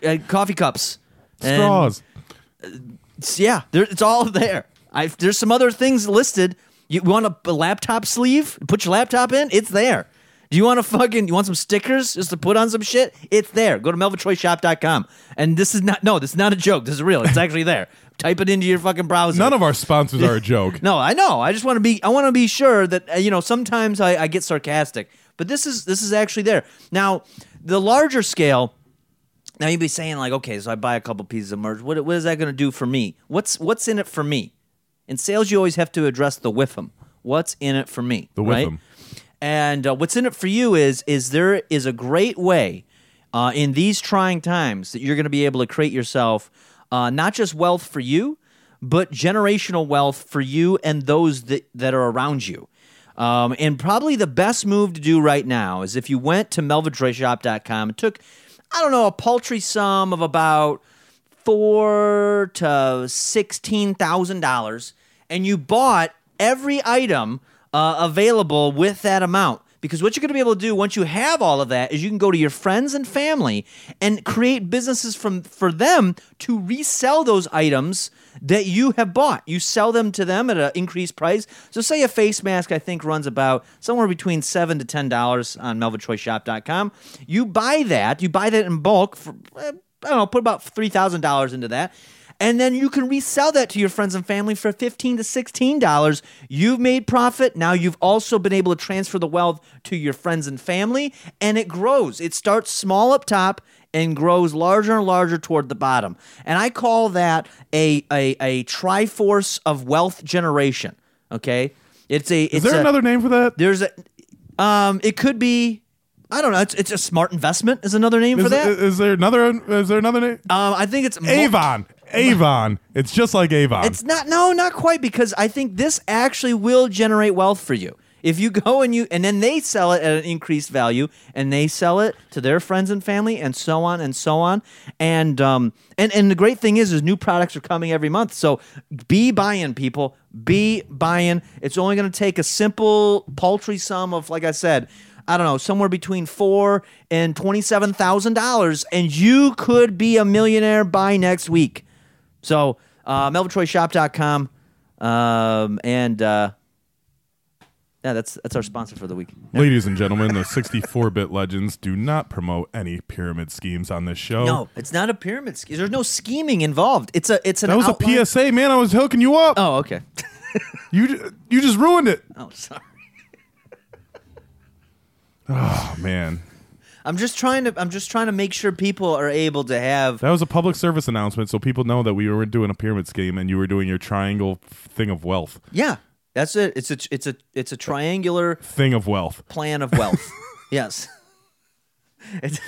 [SPEAKER 3] c- uh, coffee cups, and-
[SPEAKER 1] Straws.
[SPEAKER 3] it's- yeah, there, it's all there. I, there's some other things listed. You want a, a laptop sleeve? Put your laptop in. It's there. Do you want a fucking? You want some stickers just to put on some shit? It's there. Go to melvatroyshop.com. And this is not no, this is not a joke. This is real. It's actually there. Type it into your fucking browser.
[SPEAKER 1] None of our sponsors are a joke.
[SPEAKER 3] No, I know. I just want to be. I want to be sure that uh, you know. Sometimes I, I get sarcastic, but this is this is actually there. Now, the larger scale. Now you'd be saying like, okay, so I buy a couple pieces of merch. What what is that going to do for me? What's what's in it for me? In sales, you always have to address the whiffum. What's in it for me?
[SPEAKER 1] The
[SPEAKER 3] right?
[SPEAKER 1] whiffum.
[SPEAKER 3] And uh, what's in it for you is is there is a great way uh, in these trying times that you're going to be able to create yourself uh, not just wealth for you, but generational wealth for you and those that, that are around you. Um, and probably the best move to do right now is if you went to melvindroyshop.com and took, I don't know, a paltry sum of about four to sixteen thousand dollars, and you bought every item uh, available with that amount. Because what you're going to be able to do once you have all of that is you can go to your friends and family and create businesses from for them to resell those items that you have bought. You sell them to them at an increased price. So say a face mask I think runs about somewhere between seven to ten dollars on melvachoyshop.com. You buy that, you buy that in bulk for eh, I don't know, put about three thousand dollars into that, and then you can resell that to your friends and family for fifteen to sixteen dollars. You've made profit. Now you've also been able to transfer the wealth to your friends and family, and it grows. It starts small up top and grows larger and larger toward the bottom. And I call that a a, a triforce of wealth generation. Okay, it's a.
[SPEAKER 1] Is there another name for that?
[SPEAKER 3] There's a. Um, it could be. I don't know. It's, it's a smart investment is another name for
[SPEAKER 1] Is, uh,
[SPEAKER 3] that.
[SPEAKER 1] is there another? Is there another name?
[SPEAKER 3] Um, I think it's mo-
[SPEAKER 1] Avon. Avon. It's just like Avon.
[SPEAKER 3] It's not no, not quite because I think this actually will generate wealth for you. If you go and you and then they sell it at an increased value and they sell it to their friends and family and so on and so on and um and and the great thing is is new products are coming every month. So be buying people, be buying. It's only going to take a simple paltry sum of like I said, I don't know, somewhere between four and twenty-seven thousand dollars, and you could be a millionaire by next week. So, uh, melvintroyshop.com. Um, and uh, yeah, that's that's our sponsor for the week.
[SPEAKER 1] Ladies and gentlemen, the 64-bit legends do not promote any pyramid schemes on this show.
[SPEAKER 3] No, it's not a pyramid scheme. There's no scheming involved. It's a it's an
[SPEAKER 1] That was
[SPEAKER 3] outline-
[SPEAKER 1] a PSA, man. I was hooking you up.
[SPEAKER 3] Oh, okay.
[SPEAKER 1] You ju- you just ruined it.
[SPEAKER 3] Oh, sorry.
[SPEAKER 1] Oh man.
[SPEAKER 3] I'm just trying to I'm just trying to make sure people are able to have
[SPEAKER 1] That was a public service announcement so people know that we were doing a pyramid scheme and you were doing your triangle thing of wealth.
[SPEAKER 3] Yeah. That's it. It's a it's a it's a triangular
[SPEAKER 1] Thing of wealth.
[SPEAKER 3] plan of wealth. yes. It's,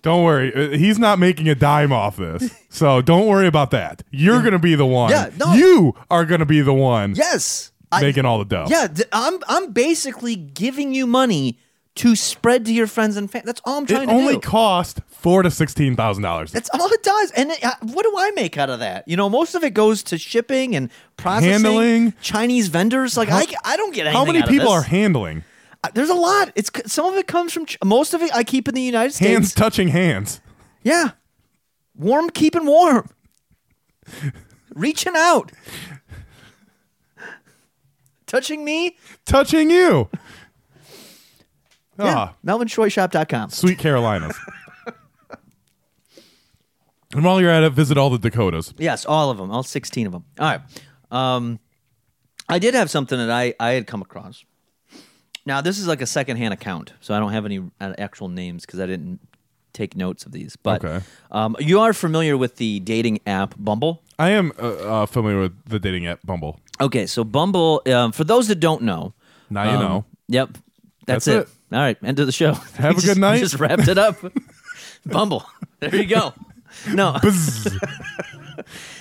[SPEAKER 1] Don't worry. Uh, He's not making a dime off this. So don't worry about that. You're going to be the one.
[SPEAKER 3] Yeah, no.
[SPEAKER 1] You are going to be the one
[SPEAKER 3] Yes. I-
[SPEAKER 1] making all the dough.
[SPEAKER 3] Yeah, th- I'm I'm basically giving you money to spread to your friends and family. That's all I'm trying
[SPEAKER 1] It
[SPEAKER 3] to
[SPEAKER 1] only
[SPEAKER 3] do.
[SPEAKER 1] cost four to sixteen thousand dollars.
[SPEAKER 3] That's all it does. And it, uh, what do I make out of that? You know, most of it goes to shipping and processing,
[SPEAKER 1] Handling.
[SPEAKER 3] Chinese vendors. Like I, I don't get anything
[SPEAKER 1] How many
[SPEAKER 3] out of
[SPEAKER 1] people are
[SPEAKER 3] this.
[SPEAKER 1] handling?
[SPEAKER 3] Uh, There's a lot. It's c- some of it comes from Ch- most of it I keep in the United States.
[SPEAKER 1] Hands touching hands.
[SPEAKER 3] Yeah, warm, keeping warm, reaching out, touching me.
[SPEAKER 1] Touching you.
[SPEAKER 3] Yeah,
[SPEAKER 1] Ah,
[SPEAKER 3] MelvinShoyShop.com.
[SPEAKER 1] sweet Carolinas. and while you're at it, visit all the Dakotas.
[SPEAKER 3] Yes, all of them, all 16 of them. All right. Um, I did have something that I, I had come across. Now, this is like a secondhand account, so I don't have any uh, actual names because I didn't take notes of these. But
[SPEAKER 1] Okay.
[SPEAKER 3] um, you are familiar with the dating app Bumble?
[SPEAKER 1] I am uh, uh, familiar with the dating app Bumble.
[SPEAKER 3] Okay, so Bumble, um, for those that don't know,
[SPEAKER 1] Now you
[SPEAKER 3] um,
[SPEAKER 1] know.
[SPEAKER 3] Yep. That's,
[SPEAKER 1] That's
[SPEAKER 3] it. All right, end of the show.
[SPEAKER 1] Have
[SPEAKER 3] We
[SPEAKER 1] a
[SPEAKER 3] just-
[SPEAKER 1] good night.
[SPEAKER 3] We just wrapped it up. Bumble. There you go. No.
[SPEAKER 1] Bzzz.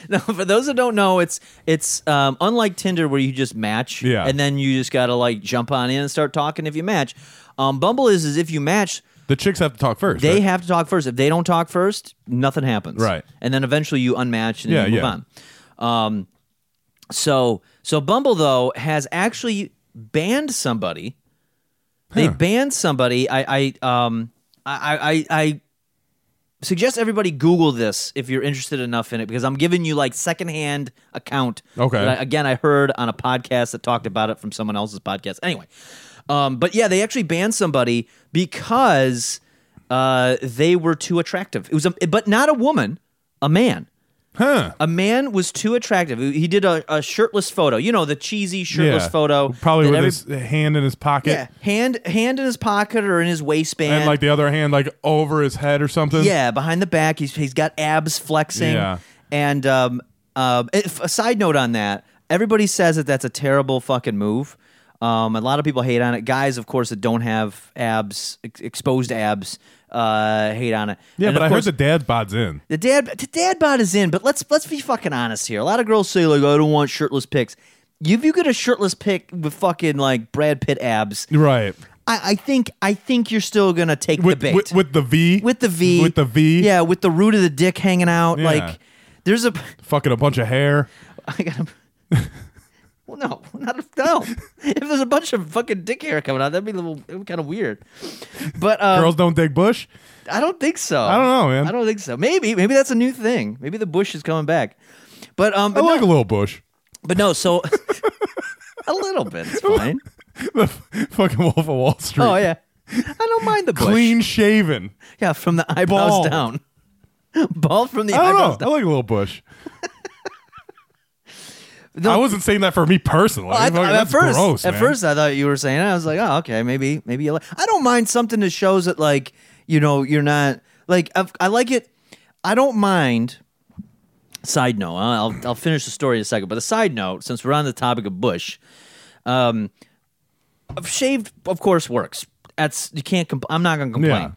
[SPEAKER 3] No, for those that don't know, it's it's um, unlike Tinder where you just match,
[SPEAKER 1] Yeah.
[SPEAKER 3] and then you just gotta like jump on in and start talking if you match. Um, Bumble is is if you match,
[SPEAKER 1] the chicks have to talk first.
[SPEAKER 3] they
[SPEAKER 1] right?
[SPEAKER 3] have to talk first. If they don't talk first, nothing happens.
[SPEAKER 1] Right.
[SPEAKER 3] and then eventually you unmatch and
[SPEAKER 1] Yeah,
[SPEAKER 3] then you move
[SPEAKER 1] yeah.
[SPEAKER 3] on. Um, so so Bumble though has actually banned somebody. They
[SPEAKER 1] Huh.
[SPEAKER 3] banned somebody. I I um I I. I, I suggest everybody Google this if you're interested enough in it because I'm giving you like secondhand account.
[SPEAKER 1] Okay.
[SPEAKER 3] that I- again, I heard on a podcast that talked about it from someone else's podcast. Anyway, um, but yeah, they actually banned somebody because uh, they were too attractive. It was, a, but not a woman, a man.
[SPEAKER 1] huh.
[SPEAKER 3] A man was too attractive. He did a, a shirtless photo. You know the cheesy shirtless
[SPEAKER 1] Yeah.
[SPEAKER 3] photo.
[SPEAKER 1] Probably
[SPEAKER 3] that
[SPEAKER 1] with
[SPEAKER 3] every-
[SPEAKER 1] his hand in his pocket.
[SPEAKER 3] yeah, hand hand in his pocket or in his waistband.
[SPEAKER 1] And like the other hand, like over his head or something.
[SPEAKER 3] Yeah, behind the back, he's he's got abs flexing.
[SPEAKER 1] Yeah.
[SPEAKER 3] And um, um, if, a side note on that, everybody says that that's a terrible fucking move. Um, a lot of people hate on it. Guys, of course, that don't have abs, ex- exposed abs, uh, hate on it.
[SPEAKER 1] Yeah,
[SPEAKER 3] And
[SPEAKER 1] but
[SPEAKER 3] of
[SPEAKER 1] I
[SPEAKER 3] course,
[SPEAKER 1] heard the dad bod's in.
[SPEAKER 3] the dad the dad bod is in, but let's let's be fucking honest here. A lot of girls say like I don't want shirtless pics. If you get a shirtless pic with fucking like Brad Pitt abs,
[SPEAKER 1] Right.
[SPEAKER 3] I, I think I think you're still gonna take
[SPEAKER 1] With,
[SPEAKER 3] the bait
[SPEAKER 1] with with the V.
[SPEAKER 3] with the V,
[SPEAKER 1] With the V.
[SPEAKER 3] yeah, with the root of the dick hanging out.
[SPEAKER 1] Yeah.
[SPEAKER 3] Like, there's a,
[SPEAKER 1] Fucking a bunch of hair.
[SPEAKER 3] I gotta. well, no, not no. If there's a bunch of fucking dick hair coming out, that'd be a little kind of weird. But um,
[SPEAKER 1] Girls don't dig bush.
[SPEAKER 3] I don't think so.
[SPEAKER 1] I don't know, man.
[SPEAKER 3] I don't think so. Maybe, maybe that's a new thing. Maybe the bush is coming back. But um,
[SPEAKER 1] I
[SPEAKER 3] but,
[SPEAKER 1] like a
[SPEAKER 3] no,
[SPEAKER 1] little bush.
[SPEAKER 3] but no. So a little bit, it's fine.
[SPEAKER 1] The f- fucking Wolf of Wall Street.
[SPEAKER 3] Oh yeah, I don't mind the bush.
[SPEAKER 1] Clean shaven.
[SPEAKER 3] yeah, from the eyebrows
[SPEAKER 1] Bald.
[SPEAKER 3] down. Bald from the
[SPEAKER 1] I
[SPEAKER 3] eyebrows
[SPEAKER 1] don't
[SPEAKER 3] down.
[SPEAKER 1] know. I like a little bush.
[SPEAKER 3] No.
[SPEAKER 1] I wasn't saying that for me personally.
[SPEAKER 3] Well, I th-
[SPEAKER 1] Fucking,
[SPEAKER 3] at
[SPEAKER 1] that's
[SPEAKER 3] first,
[SPEAKER 1] gross,
[SPEAKER 3] at
[SPEAKER 1] man.
[SPEAKER 3] first, I thought you were saying. I was like, oh, okay, maybe, maybe you. Like, I don't mind something that shows that, like, you know, you're not like. I've, I like it. I don't mind. Side note, I'll I'll finish the story in a second. But a side note, since we're on the topic of Bush, um, shaved, of course, works. That's you can't. Compl- I'm not gonna complain.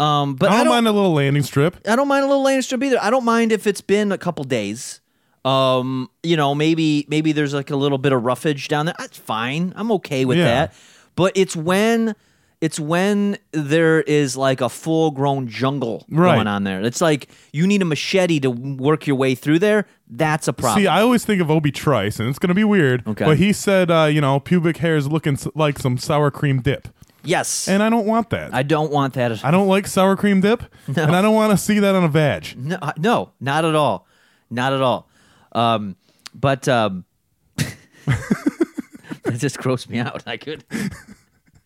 [SPEAKER 3] Um, but
[SPEAKER 1] I don't, mind a little landing strip.
[SPEAKER 3] I don't mind a little Lannister either. I don't mind if it's been a couple days. Um, you know, maybe maybe there's like a little bit of roughage down there. That's fine. I'm okay with
[SPEAKER 1] Yeah.
[SPEAKER 3] that. But it's when it's when there is like a full grown jungle
[SPEAKER 1] Right.
[SPEAKER 3] going on there. It's like you need a machete to work your way through there. That's a problem.
[SPEAKER 1] See, I always think of Obi Trice, and it's going to be weird.
[SPEAKER 3] Okay.
[SPEAKER 1] But he said, uh, you know, pubic hair is looking s- like some sour cream dip.
[SPEAKER 3] yes.
[SPEAKER 1] And I don't want that.
[SPEAKER 3] I
[SPEAKER 1] I,
[SPEAKER 3] don't want that. at-
[SPEAKER 1] don't like sour cream dip, and I don't want to see that on a vag.
[SPEAKER 3] No, I- no, not at all, not at all. Um, but um, that just grossed me out. I could.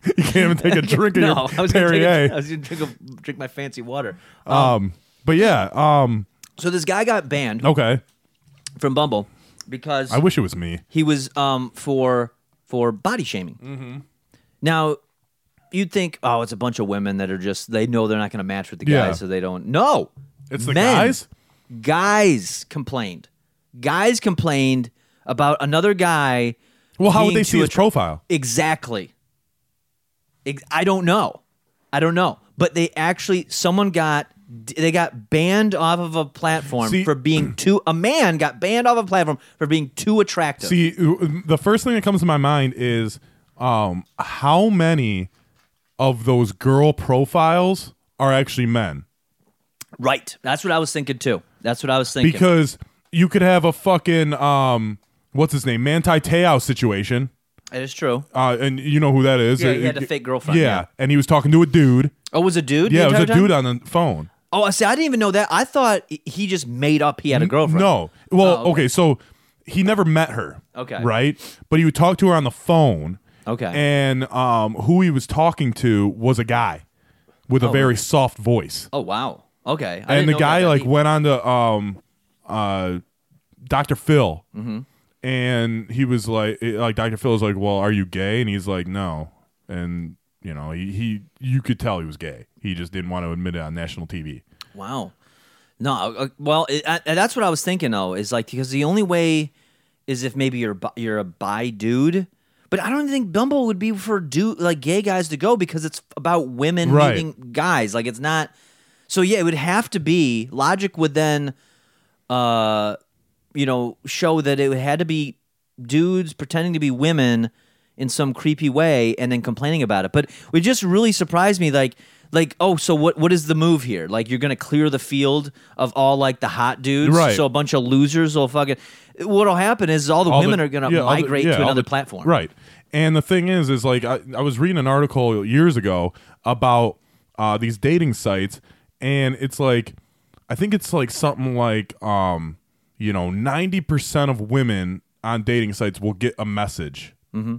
[SPEAKER 1] You can't even take a drink of
[SPEAKER 3] no,
[SPEAKER 1] your
[SPEAKER 3] I was gonna
[SPEAKER 1] Perrier.
[SPEAKER 3] take a, I was gonna drink, a, drink my fancy water.
[SPEAKER 1] um, but yeah, um,
[SPEAKER 3] So this guy got banned
[SPEAKER 1] okay.
[SPEAKER 3] from Bumble because
[SPEAKER 1] I wish it was me.
[SPEAKER 3] he was um for for body shaming.
[SPEAKER 1] Mm-hmm.
[SPEAKER 3] Now, you'd think, oh, it's a bunch of women that are just they know they're not going to match with the guys,
[SPEAKER 1] Yeah.
[SPEAKER 3] so they don't. No,
[SPEAKER 1] It's the
[SPEAKER 3] Men.
[SPEAKER 1] guys?
[SPEAKER 3] Guys complained. Guys complained about another guy.
[SPEAKER 1] Well, how would
[SPEAKER 3] being
[SPEAKER 1] they see
[SPEAKER 3] too
[SPEAKER 1] his
[SPEAKER 3] attra-
[SPEAKER 1] profile?
[SPEAKER 3] Exactly. Ex- I don't know. I don't know. But they actually, someone got d- they got banned off of a platform
[SPEAKER 1] See-
[SPEAKER 3] for being too. A man got banned off a platform for being too attractive.
[SPEAKER 1] See, uh, the first thing that comes to my mind is um, how many of those girl profiles are actually men?
[SPEAKER 3] right. That's what I was thinking too. That's what I was thinking.
[SPEAKER 1] Because you could have a fucking um, what's his name, Manti Te'o situation,
[SPEAKER 3] it is true.
[SPEAKER 1] uh, and you know who that is.
[SPEAKER 3] Yeah, he
[SPEAKER 1] Uh,
[SPEAKER 3] had a fake girlfriend,
[SPEAKER 1] Yeah,
[SPEAKER 3] yeah.
[SPEAKER 1] and he was talking to a dude.
[SPEAKER 3] Oh, it was a dude? the
[SPEAKER 1] Yeah, it was
[SPEAKER 3] entire
[SPEAKER 1] a
[SPEAKER 3] time?
[SPEAKER 1] dude on the phone.
[SPEAKER 3] Oh, see, I didn't even know that. I thought he just made up he had a girlfriend.
[SPEAKER 1] No. Well,
[SPEAKER 3] Oh,
[SPEAKER 1] okay.
[SPEAKER 3] okay.
[SPEAKER 1] so he never met her.
[SPEAKER 3] Okay.
[SPEAKER 1] Right? But he would talk to her on the phone.
[SPEAKER 3] Okay.
[SPEAKER 1] And um, who he was talking to was a guy with a very soft voice.
[SPEAKER 3] Oh wow. Okay. I didn't
[SPEAKER 1] And the
[SPEAKER 3] know
[SPEAKER 1] guy
[SPEAKER 3] that, that
[SPEAKER 1] like
[SPEAKER 3] he-
[SPEAKER 1] went on to um uh Dr. Phil.
[SPEAKER 3] Mm-hmm.
[SPEAKER 1] And he was like it- like Dr. Phil was like, Well, are you gay? And he's like, No. And you know, he, he you could tell he was gay. He just didn't want to admit it on national TV.
[SPEAKER 3] Wow. No. uh, Well, it, I, that's what I was thinking though. Is like because the only way is if maybe you're bi- you're a bi dude. But I don't think Bumble would be for dude like gay guys to go because it's about women
[SPEAKER 1] Right.
[SPEAKER 3] meeting guys. Like it's not. So yeah, it would have to be logic would then, uh, you know, show that it had to be dudes pretending to be women in some creepy way and then complaining about it. But it just really surprised me, like. Like oh so what what is the move here like you're gonna clear the field of all like the hot dudes
[SPEAKER 1] Right.
[SPEAKER 3] so a bunch of losers will fucking what'll happen is all the
[SPEAKER 1] all the-
[SPEAKER 3] women are going to
[SPEAKER 1] yeah, all the-
[SPEAKER 3] migrate
[SPEAKER 1] yeah,
[SPEAKER 3] to
[SPEAKER 1] all
[SPEAKER 3] another
[SPEAKER 1] the-
[SPEAKER 3] platform.
[SPEAKER 1] Right. And the thing is, is like I, I was reading an article years ago about uh, these dating sites, and it's like I think it's like something like um, you know ninety percent of women on dating sites will get a message,
[SPEAKER 3] Mm-hmm.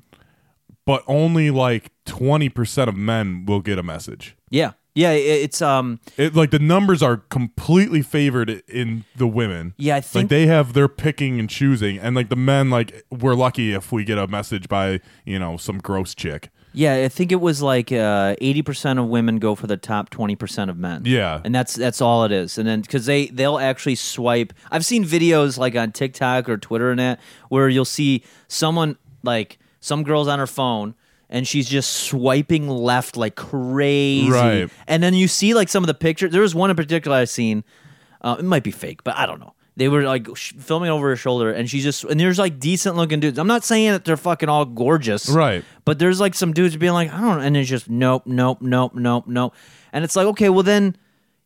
[SPEAKER 1] but only like twenty percent of men will get a message.
[SPEAKER 3] Yeah. Yeah, i- it's um
[SPEAKER 1] It, like the numbers are completely favored in the women.
[SPEAKER 3] Yeah, I
[SPEAKER 1] like
[SPEAKER 3] think-
[SPEAKER 1] they have their picking and choosing, and like the men, like we're lucky if we get a message by you know some gross chick.
[SPEAKER 3] yeah, I think it was like uh 80% of women go for the top 20% of men.
[SPEAKER 1] Yeah.
[SPEAKER 3] And that's that's all it is. And then cuz they they'll actually swipe. I've seen videos like on TikTok or Twitter and that where you'll see someone like some girls on her phone and she's just swiping left like crazy.
[SPEAKER 1] Right.
[SPEAKER 3] And then you see like some of the pictures. There was one in particular I seen. Uh, it might be fake, but I don't know. They were like sh- filming over her shoulder, and she's just and there's like decent looking dudes. I'm not saying that they're fucking all gorgeous,
[SPEAKER 1] Right.
[SPEAKER 3] But there's like some dudes being like, I don't, and it's just nope, nope, nope, nope, nope, and it's like okay, well then,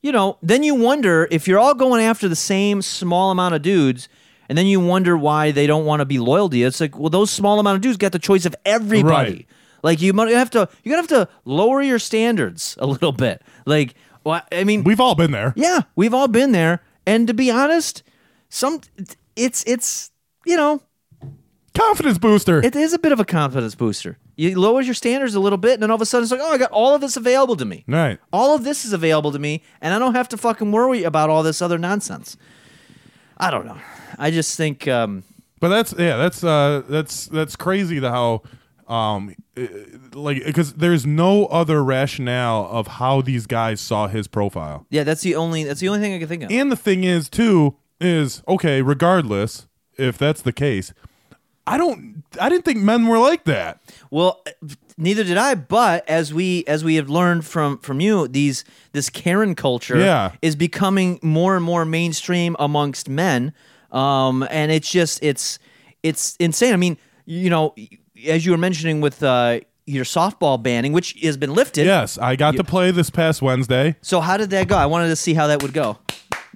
[SPEAKER 3] you know, then you wonder if you're all going after the same small amount of dudes. And then you wonder why they don't want to be loyal to you. It's like, well, those small amount of dudes got the choice of everybody.
[SPEAKER 1] Right.
[SPEAKER 3] Like you might have to, you're gonna have to lower your standards a little bit. Like, well, I mean,
[SPEAKER 1] We've all been there.
[SPEAKER 3] yeah, we've all been there. And to be honest, some it's it's you know
[SPEAKER 1] Confidence booster.
[SPEAKER 3] it is a bit of a confidence booster. You lower your standards a little bit, and then all of a sudden it's like, oh, I got all of this available to me.
[SPEAKER 1] right.
[SPEAKER 3] All of this is available to me, and I don't have to fucking worry about all this other nonsense. I don't know. I just think um,
[SPEAKER 1] But that's yeah, that's uh, that's that's crazy to how um uh, like because there's no other rationale of how these guys saw his profile.
[SPEAKER 3] yeah, that's the only that's the only thing I can think of.
[SPEAKER 1] And the thing is, too, is okay. Regardless, if that's the case, I don't. I didn't think men were like that.
[SPEAKER 3] Well, neither did I. But as we as we have learned from from you, these this Karen culture
[SPEAKER 1] Yeah.
[SPEAKER 3] is becoming more and more mainstream amongst men, um, and it's just it's it's insane. I mean, you know, as you were mentioning with uh, your softball banning, which has been lifted.
[SPEAKER 1] Yes, I got to play this past Wednesday.
[SPEAKER 3] So how did that go? I wanted to see how that would go.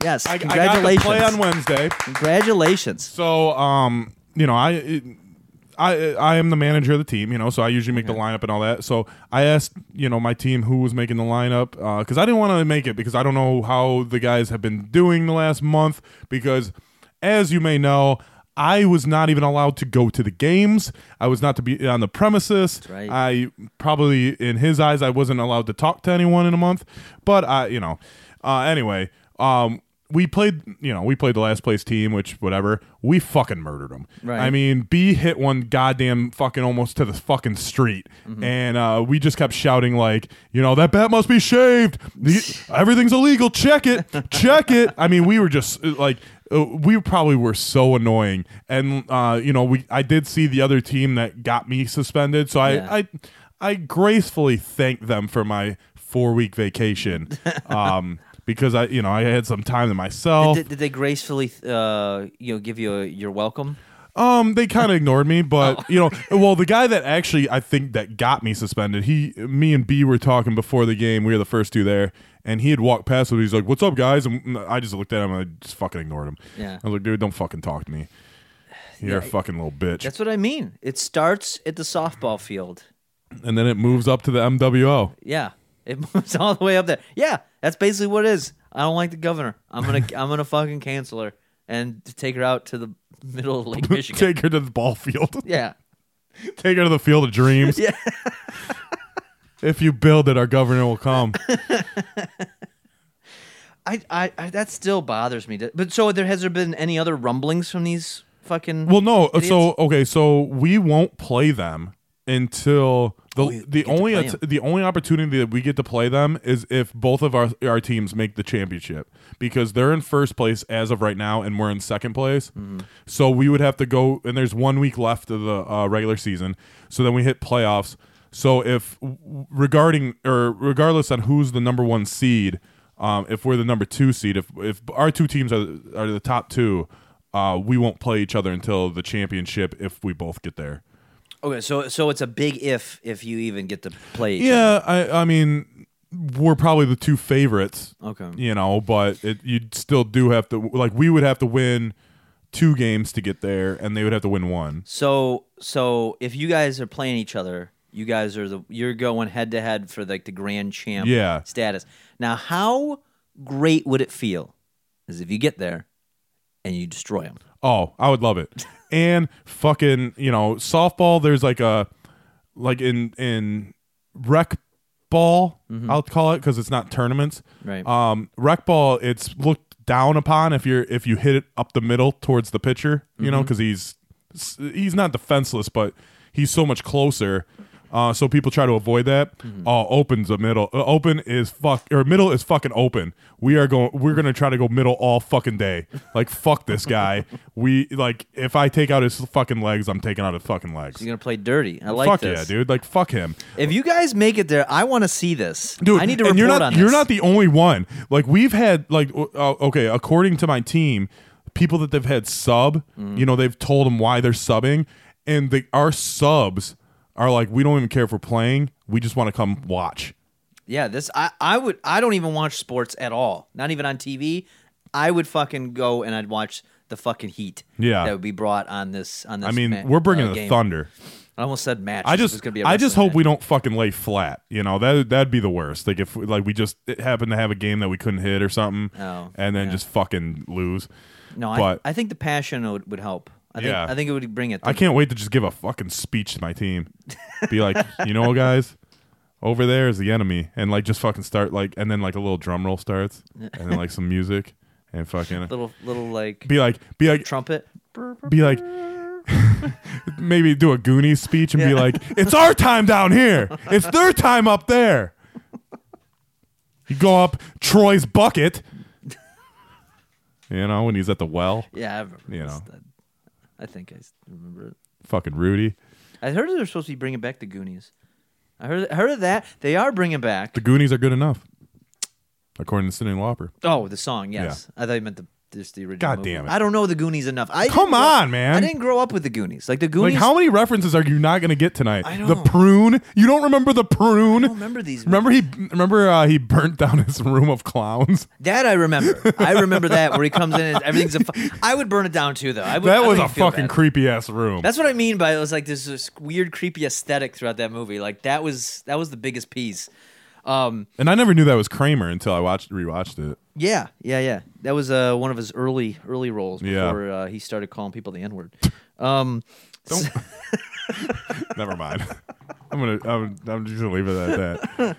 [SPEAKER 3] Yes,
[SPEAKER 1] I, I got to
[SPEAKER 3] congratulations.
[SPEAKER 1] play on Wednesday.
[SPEAKER 3] Congratulations.
[SPEAKER 1] So, um, you know, I. It, I, I am the manager of the team, you know, so I usually make the lineup and all that. So I asked, you know, my team who was making the lineup because I didn't want to make it because I don't know how the guys have been doing the last month. Because as you may know, I was not even allowed to go to the games. I was not to be on the premises.
[SPEAKER 3] right.
[SPEAKER 1] I probably, in his eyes, I wasn't allowed to talk to anyone in a month. But I, you know, uh, anyway, um, we played, you know, we played the last place team, which whatever. We fucking murdered them.
[SPEAKER 3] Right.
[SPEAKER 1] I mean, B hit one goddamn fucking almost to the fucking street,
[SPEAKER 3] Mm-hmm.
[SPEAKER 1] and uh, we just kept shouting like, you know, that bat must be shaved. The- everything's illegal. Check it. Check it. I mean, we were just uh, like. uh, We probably were so annoying, and uh, you know, we I did see the other team that got me suspended, so I
[SPEAKER 3] Yeah.
[SPEAKER 1] I I gracefully thanked them for my four week vacation. Um, because I, you know, I had some time to myself.
[SPEAKER 3] Did, did they gracefully, uh, you know, give you a, your welcome?
[SPEAKER 1] Um, they kind of ignored me,
[SPEAKER 3] Oh.
[SPEAKER 1] but you know, well, the guy that actually I think that got me suspended, he, me and B were talking before the game. We were the first two there, and he had walked past us. He's like, "What's up, guys?" And I just looked at him and I just fucking ignored him.
[SPEAKER 3] Yeah.
[SPEAKER 1] I was like, "Dude, don't fucking talk to me. You're a fucking little bitch."
[SPEAKER 3] That's what I mean. It starts at the softball field.
[SPEAKER 1] and then it moves up to the MWO.
[SPEAKER 3] Yeah, it moves all the way up there. Yeah, that's basically what it is. I don't like the governor. I'm gonna I'm gonna fucking cancel her and take her out to the middle of Lake Michigan.
[SPEAKER 1] Take her to the ball field.
[SPEAKER 3] yeah,
[SPEAKER 1] Take her to the field of dreams.
[SPEAKER 3] Yeah.
[SPEAKER 1] if you build it, our governor will come.
[SPEAKER 3] I, I I that still bothers me. But so there has there been any other rumblings from these fucking?
[SPEAKER 1] Well, no.
[SPEAKER 3] idiots?
[SPEAKER 1] So okay, so we won't play them until the
[SPEAKER 3] you
[SPEAKER 1] the
[SPEAKER 3] Oh, get to
[SPEAKER 1] only
[SPEAKER 3] play
[SPEAKER 1] att-
[SPEAKER 3] 'em.
[SPEAKER 1] the only opportunity that we get to play them is if both of our our teams make the championship because they're in first place as of right now and we're in second place. So we would have to go and there's one week left of the uh, regular season. So then we hit playoffs. So if w- regarding or regardless on who's the number one seed. Um, if we're the number two seed, if if our two teams are are the top two, uh, we won't play each other until the championship if we both get there.
[SPEAKER 3] okay, so so it's a big if if you even get to play. each
[SPEAKER 1] Yeah, I, I mean, we're probably the two favorites.
[SPEAKER 3] Okay.
[SPEAKER 1] You know, but it, you still do have to, like, we would have to win two games to get there, and they would have to win one.
[SPEAKER 3] So so if you guys are playing each other, you guys are the you're going head to head for like the grand champ
[SPEAKER 1] Yeah.
[SPEAKER 3] status. Now, how great would it feel is if you get there and you destroy them?
[SPEAKER 1] Oh, I would love it. And fucking, you know, softball. There's like a like in in rec ball. I'll call it because it's not tournaments.
[SPEAKER 3] Right.
[SPEAKER 1] Um, rec ball. It's looked down upon if you're if you hit it up the middle towards the pitcher. You
[SPEAKER 3] Mm-hmm.
[SPEAKER 1] know, 'cause know, because he's he's not defenseless, but he's so much closer. Uh, so people try to avoid that. Oh,
[SPEAKER 3] Mm-hmm.
[SPEAKER 1] open's a middle. Uh, open is fuck or middle is fucking open. We are going. We're gonna try to go middle all fucking day. Like fuck this guy. we like if I take out his fucking legs, I'm taking out his fucking legs.
[SPEAKER 3] You're gonna play dirty. I like
[SPEAKER 1] fuck
[SPEAKER 3] this.
[SPEAKER 1] yeah, dude. Like fuck him,
[SPEAKER 3] If you guys make it there, I want to see this.
[SPEAKER 1] dude.
[SPEAKER 3] I need to
[SPEAKER 1] and
[SPEAKER 3] report
[SPEAKER 1] you're not,
[SPEAKER 3] on this.
[SPEAKER 1] You're not the only one. Like we've had like o- uh, okay, according to my team, people that they've had sub,
[SPEAKER 3] Mm.
[SPEAKER 1] you know, they've told them why they're subbing, and they our subs are like, we don't even care if we're playing. We just want to come watch.
[SPEAKER 3] yeah, this I I would I don't even watch sports at all. Not even on TV. I would fucking go and I'd watch the fucking heat.
[SPEAKER 1] Yeah.
[SPEAKER 3] that would be brought on this on this.
[SPEAKER 1] I mean,
[SPEAKER 3] ma-
[SPEAKER 1] we're bringing
[SPEAKER 3] uh,
[SPEAKER 1] the
[SPEAKER 3] game.
[SPEAKER 1] thunder.
[SPEAKER 3] I almost said match.
[SPEAKER 1] I
[SPEAKER 3] This
[SPEAKER 1] just,
[SPEAKER 3] was gonna be a
[SPEAKER 1] I just
[SPEAKER 3] wrestling
[SPEAKER 1] hope we
[SPEAKER 3] match.
[SPEAKER 1] don't fucking lay flat. You know that that'd be the worst. Like if like we just happened to have a game that we couldn't hit or something,
[SPEAKER 3] Oh,
[SPEAKER 1] and then just fucking lose.
[SPEAKER 3] No,
[SPEAKER 1] but-
[SPEAKER 3] I, I think the passion would, would help. I think,
[SPEAKER 1] Yeah.
[SPEAKER 3] I think it would bring it.
[SPEAKER 1] I can't wait to just give a fucking speech to my team. Be like, you know, guys, over there is the enemy, and like just fucking start like, and then like a little drum roll starts, and then like some music, and fucking
[SPEAKER 3] little little like
[SPEAKER 1] be like, be like,
[SPEAKER 3] trumpet.
[SPEAKER 1] be like. Maybe do a Goonies speech and be
[SPEAKER 3] Yeah.
[SPEAKER 1] like, "It's our time down here. It's their time up there." You go up Troy's bucket, you know, when he's at the well.
[SPEAKER 3] Yeah, I remember.
[SPEAKER 1] You
[SPEAKER 3] this.
[SPEAKER 1] know.
[SPEAKER 3] That- I think I s- remember it.
[SPEAKER 1] Fucking Rudy,
[SPEAKER 3] I heard they're supposed to be bringing back the Goonies. I heard I heard of that. They are bringing back.
[SPEAKER 1] the Goonies are good enough, according to Sidney Lauper.
[SPEAKER 3] oh, the song. Yes, I thought you meant the just the original.
[SPEAKER 1] God
[SPEAKER 3] movie.
[SPEAKER 1] damn it.
[SPEAKER 3] I don't know the Goonies enough. I
[SPEAKER 1] Come
[SPEAKER 3] didn't grow-
[SPEAKER 1] on, man.
[SPEAKER 3] I didn't grow up with the Goonies. Like the
[SPEAKER 1] Like
[SPEAKER 3] Goonies.
[SPEAKER 1] how many references are you not going to get tonight?
[SPEAKER 3] I
[SPEAKER 1] The
[SPEAKER 3] know.
[SPEAKER 1] prune. You don't remember the prune?
[SPEAKER 3] I don't remember these.
[SPEAKER 1] Remember he remember uh, he burnt down his room of clowns.
[SPEAKER 3] That I remember. I remember that where he comes in and everything's a. Fu- I would burn it down too, though. I would,
[SPEAKER 1] That
[SPEAKER 3] I
[SPEAKER 1] was a
[SPEAKER 3] wouldn't feel
[SPEAKER 1] fucking
[SPEAKER 3] bad.
[SPEAKER 1] creepy ass room.
[SPEAKER 3] That's what I mean by it was like this, this weird, creepy aesthetic throughout that movie. Like that was that was the biggest piece. Um,
[SPEAKER 1] and I never knew that was Kramer until I watched rewatched it.
[SPEAKER 3] yeah, yeah, yeah. That was uh, one of his early early roles
[SPEAKER 1] Yeah.
[SPEAKER 3] before uh, he started calling people the N word. Um,
[SPEAKER 1] Don't. never mind. I'm gonna I'm, I'm just gonna leave it at that.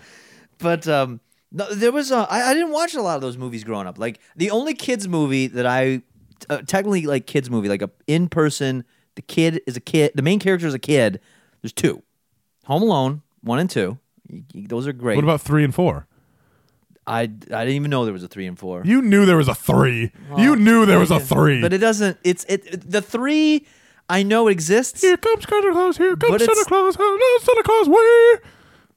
[SPEAKER 3] but um, no, there was uh, I, I didn't watch a lot of those movies growing up. Like the only kids movie that I uh, technically like kids movie like a in person. The kid is a kid. The main character is a kid. There's two, Home Alone one and two. Y- y- Those are great.
[SPEAKER 1] What about three and four?
[SPEAKER 3] I I didn't even know there was a three and four.
[SPEAKER 1] You knew there was a three. you knew there was a three.
[SPEAKER 3] Oh, But it doesn't. It's it, it- the three. I know exists,
[SPEAKER 1] here comes Santa Claus. Here comes
[SPEAKER 3] But
[SPEAKER 1] Santa
[SPEAKER 3] it's-
[SPEAKER 1] Claus. Oh, no, Santa Claus. Where?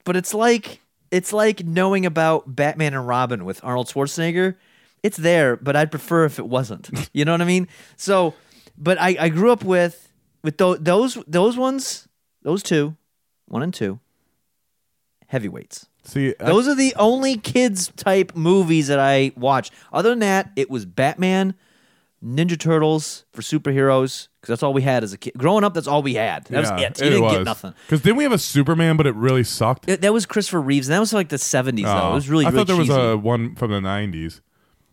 [SPEAKER 3] but it's like it's like knowing about Batman and Robin with Arnold Schwarzenegger. It's there, but I'd prefer if it wasn't. You know what I mean? So, but I, I grew up with with tho- those those ones, those two, one and two, heavyweights.
[SPEAKER 1] See, I-
[SPEAKER 3] Those are the only kids type movies that I watch. Other than that, it was Batman, Ninja Turtles for superheroes because that's all we had as a kid. Growing up, that's all we had. That was it. You didn't get nothing.
[SPEAKER 1] Because didn't we have a Superman, but it really sucked?
[SPEAKER 3] It- that was Christopher Reeves, and that was like the seventies though.
[SPEAKER 1] Oh.
[SPEAKER 3] It was really.
[SPEAKER 1] I
[SPEAKER 3] really
[SPEAKER 1] thought there
[SPEAKER 3] cheesy.
[SPEAKER 1] was a one from the '90s,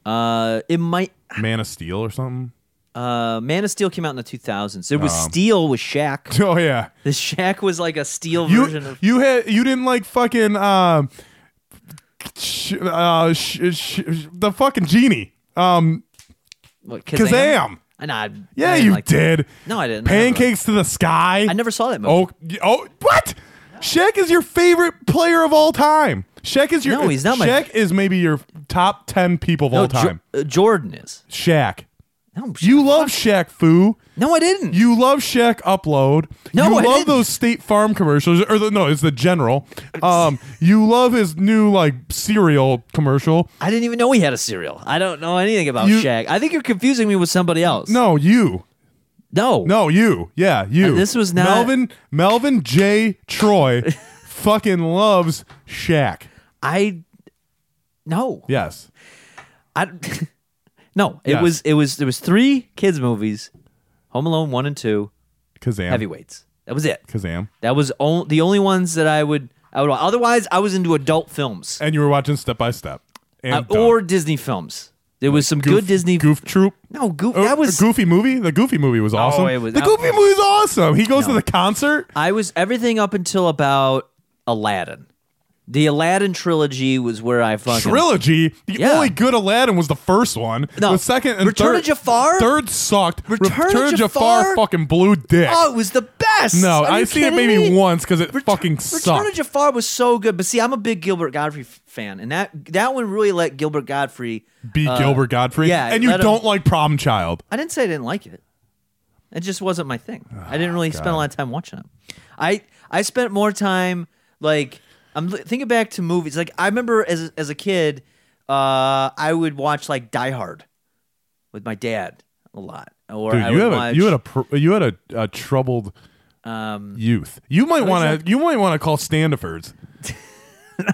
[SPEAKER 3] Uh, it might.
[SPEAKER 1] Man of Steel or something.
[SPEAKER 3] Uh, Man of Steel came out in the two thousands. There was Steel with Shaq.
[SPEAKER 1] Oh yeah,
[SPEAKER 3] The Shaq was like a Steel version
[SPEAKER 1] you
[SPEAKER 3] of.
[SPEAKER 1] you had you didn't like fucking um, sh- uh, sh- sh- the fucking genie. Um,
[SPEAKER 3] What,
[SPEAKER 1] Kazam.
[SPEAKER 3] And I.
[SPEAKER 1] yeah,
[SPEAKER 3] I didn't
[SPEAKER 1] you
[SPEAKER 3] like that.
[SPEAKER 1] did.
[SPEAKER 3] No, I didn't. I never-
[SPEAKER 1] Pancakes to the sky.
[SPEAKER 3] I never saw that movie.
[SPEAKER 1] Oh, y- oh, what? Shaq is your favorite player of all time. Shaq is your.
[SPEAKER 3] No, he's not my-
[SPEAKER 1] Shaq is maybe your top ten people of all
[SPEAKER 3] no, Jo-
[SPEAKER 1] time.
[SPEAKER 3] uh, Jordan is.
[SPEAKER 1] Shaq.
[SPEAKER 3] No,
[SPEAKER 1] You love Shaq Foo.
[SPEAKER 3] No, I didn't.
[SPEAKER 1] You love Shaq Upload.
[SPEAKER 3] No,
[SPEAKER 1] you
[SPEAKER 3] I
[SPEAKER 1] love
[SPEAKER 3] didn't.
[SPEAKER 1] those State Farm commercials, or the, no, it's the General. Um, you love his new like cereal commercial.
[SPEAKER 3] I didn't even know he had a cereal. I don't know anything about
[SPEAKER 1] You-
[SPEAKER 3] Shaq. I think you're confusing me with somebody else.
[SPEAKER 1] No, you.
[SPEAKER 3] no,
[SPEAKER 1] No, you. Yeah, you.
[SPEAKER 3] Uh, this was not-
[SPEAKER 1] Melvin. Melvin J. Troy, fucking loves Shaq.
[SPEAKER 3] I, no,
[SPEAKER 1] Yes.
[SPEAKER 3] I, no. It
[SPEAKER 1] Yes.
[SPEAKER 3] was it was there was three kids movies, Home Alone one and two,
[SPEAKER 1] Kazam.
[SPEAKER 3] Heavyweights. That was it.
[SPEAKER 1] Kazam.
[SPEAKER 3] That was on, the only ones that I would I would. Otherwise, I was into adult films
[SPEAKER 1] And you were watching Step by Step. And
[SPEAKER 3] uh,
[SPEAKER 1] Doug.
[SPEAKER 3] or Disney films. There was some
[SPEAKER 1] Goof-
[SPEAKER 3] good Disney.
[SPEAKER 1] Goof Troop.
[SPEAKER 3] No, goof.
[SPEAKER 1] Oh,
[SPEAKER 3] That was. Oh,
[SPEAKER 1] Goofy movie. The Goofy movie was awesome.
[SPEAKER 3] it was-
[SPEAKER 1] the Goofy movie is awesome. He goes to
[SPEAKER 3] No.
[SPEAKER 1] the concert.
[SPEAKER 3] I was everything up until about Aladdin. The Aladdin trilogy was where I fucking
[SPEAKER 1] trilogy. The
[SPEAKER 3] Yeah.
[SPEAKER 1] only good Aladdin was the first one.
[SPEAKER 3] No.
[SPEAKER 1] The second and
[SPEAKER 3] Return
[SPEAKER 1] third,
[SPEAKER 3] of Jafar?
[SPEAKER 1] Third sucked.
[SPEAKER 3] Return of
[SPEAKER 1] Return
[SPEAKER 3] Jafar?
[SPEAKER 1] fucking blew dick.
[SPEAKER 3] Oh, it was the best.
[SPEAKER 1] no,
[SPEAKER 3] Are you
[SPEAKER 1] I seen it
[SPEAKER 3] kidding
[SPEAKER 1] maybe
[SPEAKER 3] me?
[SPEAKER 1] once because it fucking
[SPEAKER 3] Return of
[SPEAKER 1] sucked.
[SPEAKER 3] Jafar was so good, but see, I'm a big Gilbert Godfrey f- fan, and that that one really let Gilbert Godfrey.
[SPEAKER 1] Be Gilbert Godfrey.
[SPEAKER 3] Uh, yeah,
[SPEAKER 1] and you
[SPEAKER 3] let him-
[SPEAKER 1] don't like Problem Child.
[SPEAKER 3] I didn't say I didn't like it. It just wasn't my thing. I didn't really spend a lot of time watching it. I I spent more time like I'm li- thinking back to movies. Like I remember as as a kid, uh, I would watch like Die Hard with my dad a lot. Or
[SPEAKER 1] Dude,
[SPEAKER 3] I
[SPEAKER 1] you
[SPEAKER 3] would
[SPEAKER 1] had,
[SPEAKER 3] watch, Um,
[SPEAKER 1] a, you had a pr- you had a, a troubled youth. You might want to you might want to call Standiford's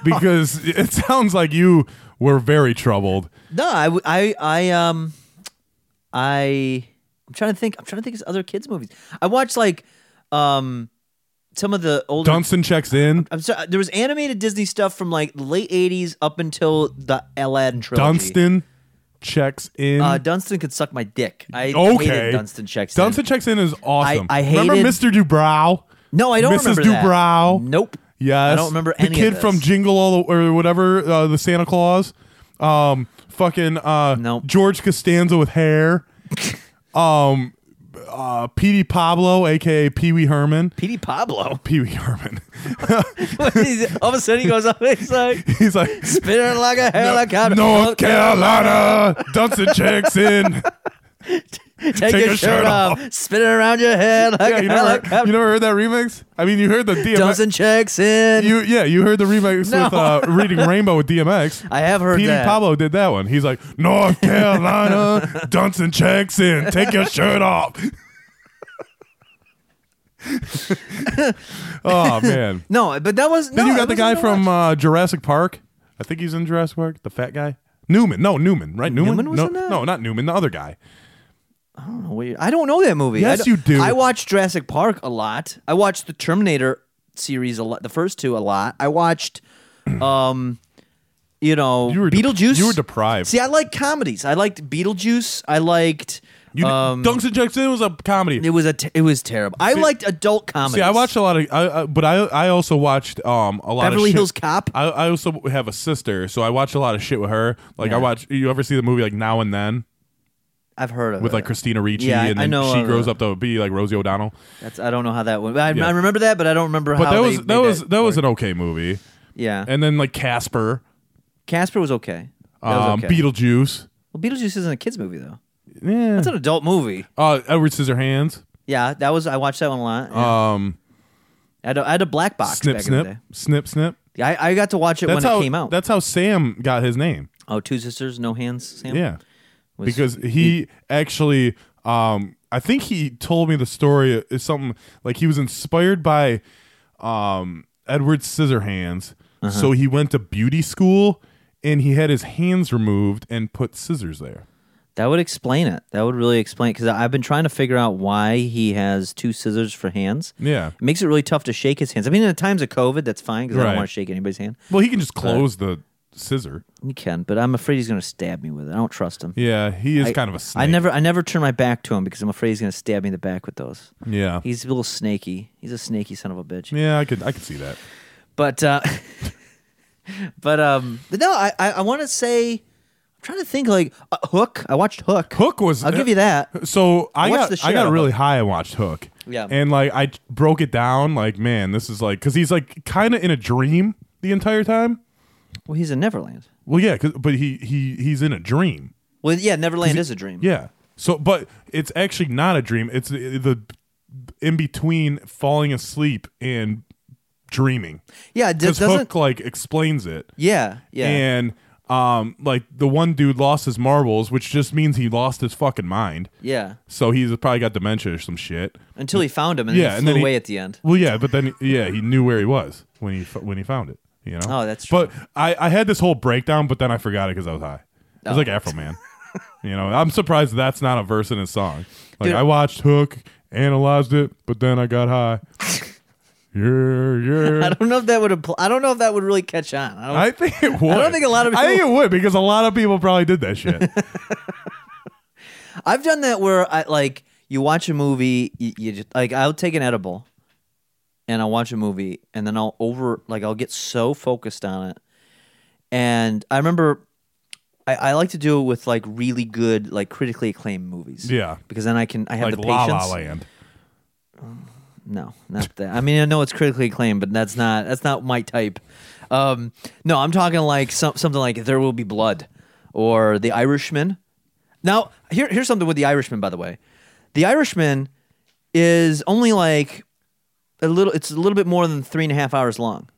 [SPEAKER 1] because it sounds like you were very troubled.
[SPEAKER 3] No, I, w- I, I, um, I, I'm trying to think. I'm trying to think of other kids' movies. I watched like, um, some of the older.
[SPEAKER 1] Dunstan checks in.
[SPEAKER 3] I'm sorry. There was animated Disney stuff from like the late '80s up until the Aladdin trilogy.
[SPEAKER 1] Dunstan checks in.
[SPEAKER 3] Uh, Dunstan could suck my dick. I
[SPEAKER 1] okay.
[SPEAKER 3] hated Dunstan checks. In.
[SPEAKER 1] Dunstan checks in is awesome.
[SPEAKER 3] I
[SPEAKER 1] remember
[SPEAKER 3] hated-
[SPEAKER 1] Mr. Dubrow.
[SPEAKER 3] No, I don't
[SPEAKER 1] Mrs.
[SPEAKER 3] remember that.
[SPEAKER 1] Dubrow.
[SPEAKER 3] Nope.
[SPEAKER 1] Yes,
[SPEAKER 3] I don't remember any
[SPEAKER 1] the kid
[SPEAKER 3] of this.
[SPEAKER 1] from Jingle All the, or whatever uh, the Santa Claus. Um, fucking uh,
[SPEAKER 3] Nope.
[SPEAKER 1] George Costanza with hair. um, uh, Petey Pablo, aka Pee Wee Herman.
[SPEAKER 3] Petey Pablo.
[SPEAKER 1] Pee Wee Herman.
[SPEAKER 3] All of a sudden he goes up. He's like
[SPEAKER 1] He's like
[SPEAKER 3] spinning like a helicopter. Oh,
[SPEAKER 1] North Carolina. Dunstan checks in.
[SPEAKER 3] Take, your, shirt, off. Spinning around your head like
[SPEAKER 1] Yeah,
[SPEAKER 3] a
[SPEAKER 1] you
[SPEAKER 3] helicopter.
[SPEAKER 1] never, you never heard that remix? I mean, you heard the DMX.
[SPEAKER 3] Dozen checks in.
[SPEAKER 1] You yeah, you heard the remix
[SPEAKER 3] No.
[SPEAKER 1] with uh, reading Rainbow with DMX.
[SPEAKER 3] I have heard
[SPEAKER 1] Petey
[SPEAKER 3] that.
[SPEAKER 1] Pablo did that one. He's like North Carolina, Dunson checks in, take your shirt off. oh man!
[SPEAKER 3] No, but that was.
[SPEAKER 1] Then
[SPEAKER 3] no,
[SPEAKER 1] you
[SPEAKER 3] it
[SPEAKER 1] got the
[SPEAKER 3] wasn't
[SPEAKER 1] guy
[SPEAKER 3] that
[SPEAKER 1] from
[SPEAKER 3] much.
[SPEAKER 1] uh, Jurassic Park. I think he's in Jurassic Park. The fat guy, Newman. No, Newman. Right, Newman.
[SPEAKER 3] Newman was
[SPEAKER 1] no,
[SPEAKER 3] in that?
[SPEAKER 1] no, not Newman. The other guy.
[SPEAKER 3] Oh, wait, I don't know that movie.
[SPEAKER 1] Yes,
[SPEAKER 3] I don't-
[SPEAKER 1] you do.
[SPEAKER 3] I watched Jurassic Park a lot. I watched the Terminator series a lot. The first two a lot. I watched, um, you know,
[SPEAKER 1] You were de-
[SPEAKER 3] Beetlejuice.
[SPEAKER 1] you were deprived.
[SPEAKER 3] See, I like comedies. I liked Beetlejuice. I liked.
[SPEAKER 1] You,
[SPEAKER 3] um,
[SPEAKER 1] Dunson checks in was a comedy.
[SPEAKER 3] it was a. T- it was terrible. I liked adult comedies.
[SPEAKER 1] See, I watched a lot of, I, I, but I I also watched um a lot
[SPEAKER 3] Beverly
[SPEAKER 1] of shit.
[SPEAKER 3] Hills Cop?
[SPEAKER 1] I, I also have a sister, so I watch a lot of shit with her. Like I watch, you ever see the movie like Now and Then
[SPEAKER 3] I've heard of
[SPEAKER 1] with
[SPEAKER 3] it.
[SPEAKER 1] like Christina Ricci,
[SPEAKER 3] Uh, Yeah, I-
[SPEAKER 1] and
[SPEAKER 3] I
[SPEAKER 1] then
[SPEAKER 3] know,
[SPEAKER 1] she
[SPEAKER 3] uh,
[SPEAKER 1] grows up to be like Rosie O'Donnell.
[SPEAKER 3] That's, I don't know how that went. I,
[SPEAKER 1] Yeah.
[SPEAKER 3] I remember that, but I don't remember
[SPEAKER 1] But
[SPEAKER 3] how
[SPEAKER 1] that
[SPEAKER 3] they
[SPEAKER 1] was
[SPEAKER 3] made
[SPEAKER 1] that was that was an okay movie.
[SPEAKER 3] yeah.
[SPEAKER 1] And then like Casper,
[SPEAKER 3] Casper was okay. That was
[SPEAKER 1] um,
[SPEAKER 3] okay.
[SPEAKER 1] Beetlejuice,
[SPEAKER 3] Well, Beetlejuice isn't a kids movie though.
[SPEAKER 1] yeah,
[SPEAKER 3] It's an adult movie.
[SPEAKER 1] uh, Edward Scissorhands,
[SPEAKER 3] Yeah, that was I watched that one a lot. Yeah.
[SPEAKER 1] um,
[SPEAKER 3] I, had a, I had a black box
[SPEAKER 1] Snip
[SPEAKER 3] back in the
[SPEAKER 1] Snip,
[SPEAKER 3] day.
[SPEAKER 1] Snip Snip,
[SPEAKER 3] I, I got to watch it
[SPEAKER 1] That's
[SPEAKER 3] when
[SPEAKER 1] how
[SPEAKER 3] it came out.
[SPEAKER 1] That's how Sam got his name.
[SPEAKER 3] Oh, two sisters, no hands. Sam?
[SPEAKER 1] Yeah,
[SPEAKER 3] Was-
[SPEAKER 1] because he actually, um, I think he told me the story uh, is something like he was inspired by, um, Edward Scissorhands.
[SPEAKER 3] Uh-huh.
[SPEAKER 1] So he went to beauty school and he had his hands removed and put scissors there.
[SPEAKER 3] that would explain it. That would really explain because I've been trying to figure out why he has two scissors for hands.
[SPEAKER 1] Yeah.
[SPEAKER 3] It makes it really tough to shake his hands. I mean, in the times of COVID, that's fine because I
[SPEAKER 1] Right.
[SPEAKER 3] don't want to shake anybody's hand.
[SPEAKER 1] Well, he can just close the scissor.
[SPEAKER 3] You can, but I'm afraid he's going to stab me with it. I don't trust him.
[SPEAKER 1] Yeah, he is
[SPEAKER 3] I-
[SPEAKER 1] kind of a snake.
[SPEAKER 3] I never, I never turn my back to him because I'm afraid he's going to stab me in the back with those.
[SPEAKER 1] Yeah.
[SPEAKER 3] He's a little snaky. He's a snaky son of a bitch.
[SPEAKER 1] yeah, I could I could see that.
[SPEAKER 3] But, uh, but um, but no, I, I, I want to say, I'm trying to think like uh, Hook. I watched Hook.
[SPEAKER 1] Hook was
[SPEAKER 3] I'll give you that.
[SPEAKER 1] So I
[SPEAKER 3] Watch the
[SPEAKER 1] got
[SPEAKER 3] shit
[SPEAKER 1] I
[SPEAKER 3] out
[SPEAKER 1] got
[SPEAKER 3] of
[SPEAKER 1] really high and watched Hook.
[SPEAKER 3] Yeah.
[SPEAKER 1] And like I t- broke it down like man, this is like cuz he's like kind of in a dream the entire time.
[SPEAKER 3] Well, he's in Neverland.
[SPEAKER 1] Well, yeah, 'cause- but he he he's in a dream.
[SPEAKER 3] Well, yeah, Neverland is a dream.
[SPEAKER 1] Yeah. So but it's actually not a dream. It's the, the in between falling asleep and dreaming.
[SPEAKER 3] yeah. It
[SPEAKER 1] Cuz
[SPEAKER 3] does, not
[SPEAKER 1] Hook like explains it.
[SPEAKER 3] yeah, yeah.
[SPEAKER 1] And um like the one dude lost his marbles, which just means he lost his fucking mind.
[SPEAKER 3] yeah.
[SPEAKER 1] So he's probably got dementia or some shit.
[SPEAKER 3] Until he found him and
[SPEAKER 1] Yeah,
[SPEAKER 3] then he
[SPEAKER 1] and
[SPEAKER 3] flew
[SPEAKER 1] then he-
[SPEAKER 3] away at the end.
[SPEAKER 1] Well, yeah, but then yeah, he knew where he was when he f- when he found it. You know.
[SPEAKER 3] Oh, that's true.
[SPEAKER 1] But I I had this whole breakdown, but then I forgot it because I was high. It was
[SPEAKER 3] Oh.
[SPEAKER 1] like Afro Man. you know, I'm surprised that's not a verse in his song. Like
[SPEAKER 3] Dude.
[SPEAKER 1] I watched Hook, analyzed it, but then I got high. yeah, yeah.
[SPEAKER 3] I don't know if that would apply. I don't know if that would really catch on. I don't,
[SPEAKER 1] I think it would.
[SPEAKER 3] think a lot of
[SPEAKER 1] I think it would because a lot of people probably did that shit.
[SPEAKER 3] I've done that where I like you watch a movie, you, you just like I'll take an edible, and I'll watch a movie, and then I'll over like I'll get so focused on it, and I remember. I, I like to do it with like really good, like critically acclaimed movies.
[SPEAKER 1] Yeah.
[SPEAKER 3] because then I can I have
[SPEAKER 1] like
[SPEAKER 3] the
[SPEAKER 1] La
[SPEAKER 3] patience.
[SPEAKER 1] La Land.
[SPEAKER 3] No, not that. I mean, I know it's critically acclaimed, but that's not that's not my type. Um, no, I'm talking like some, something like "There Will Be Blood" or "The Irishman." Now, here here's something with "The Irishman." By the way, "The Irishman" is only like a little. It's a little bit more than three and a half hours long.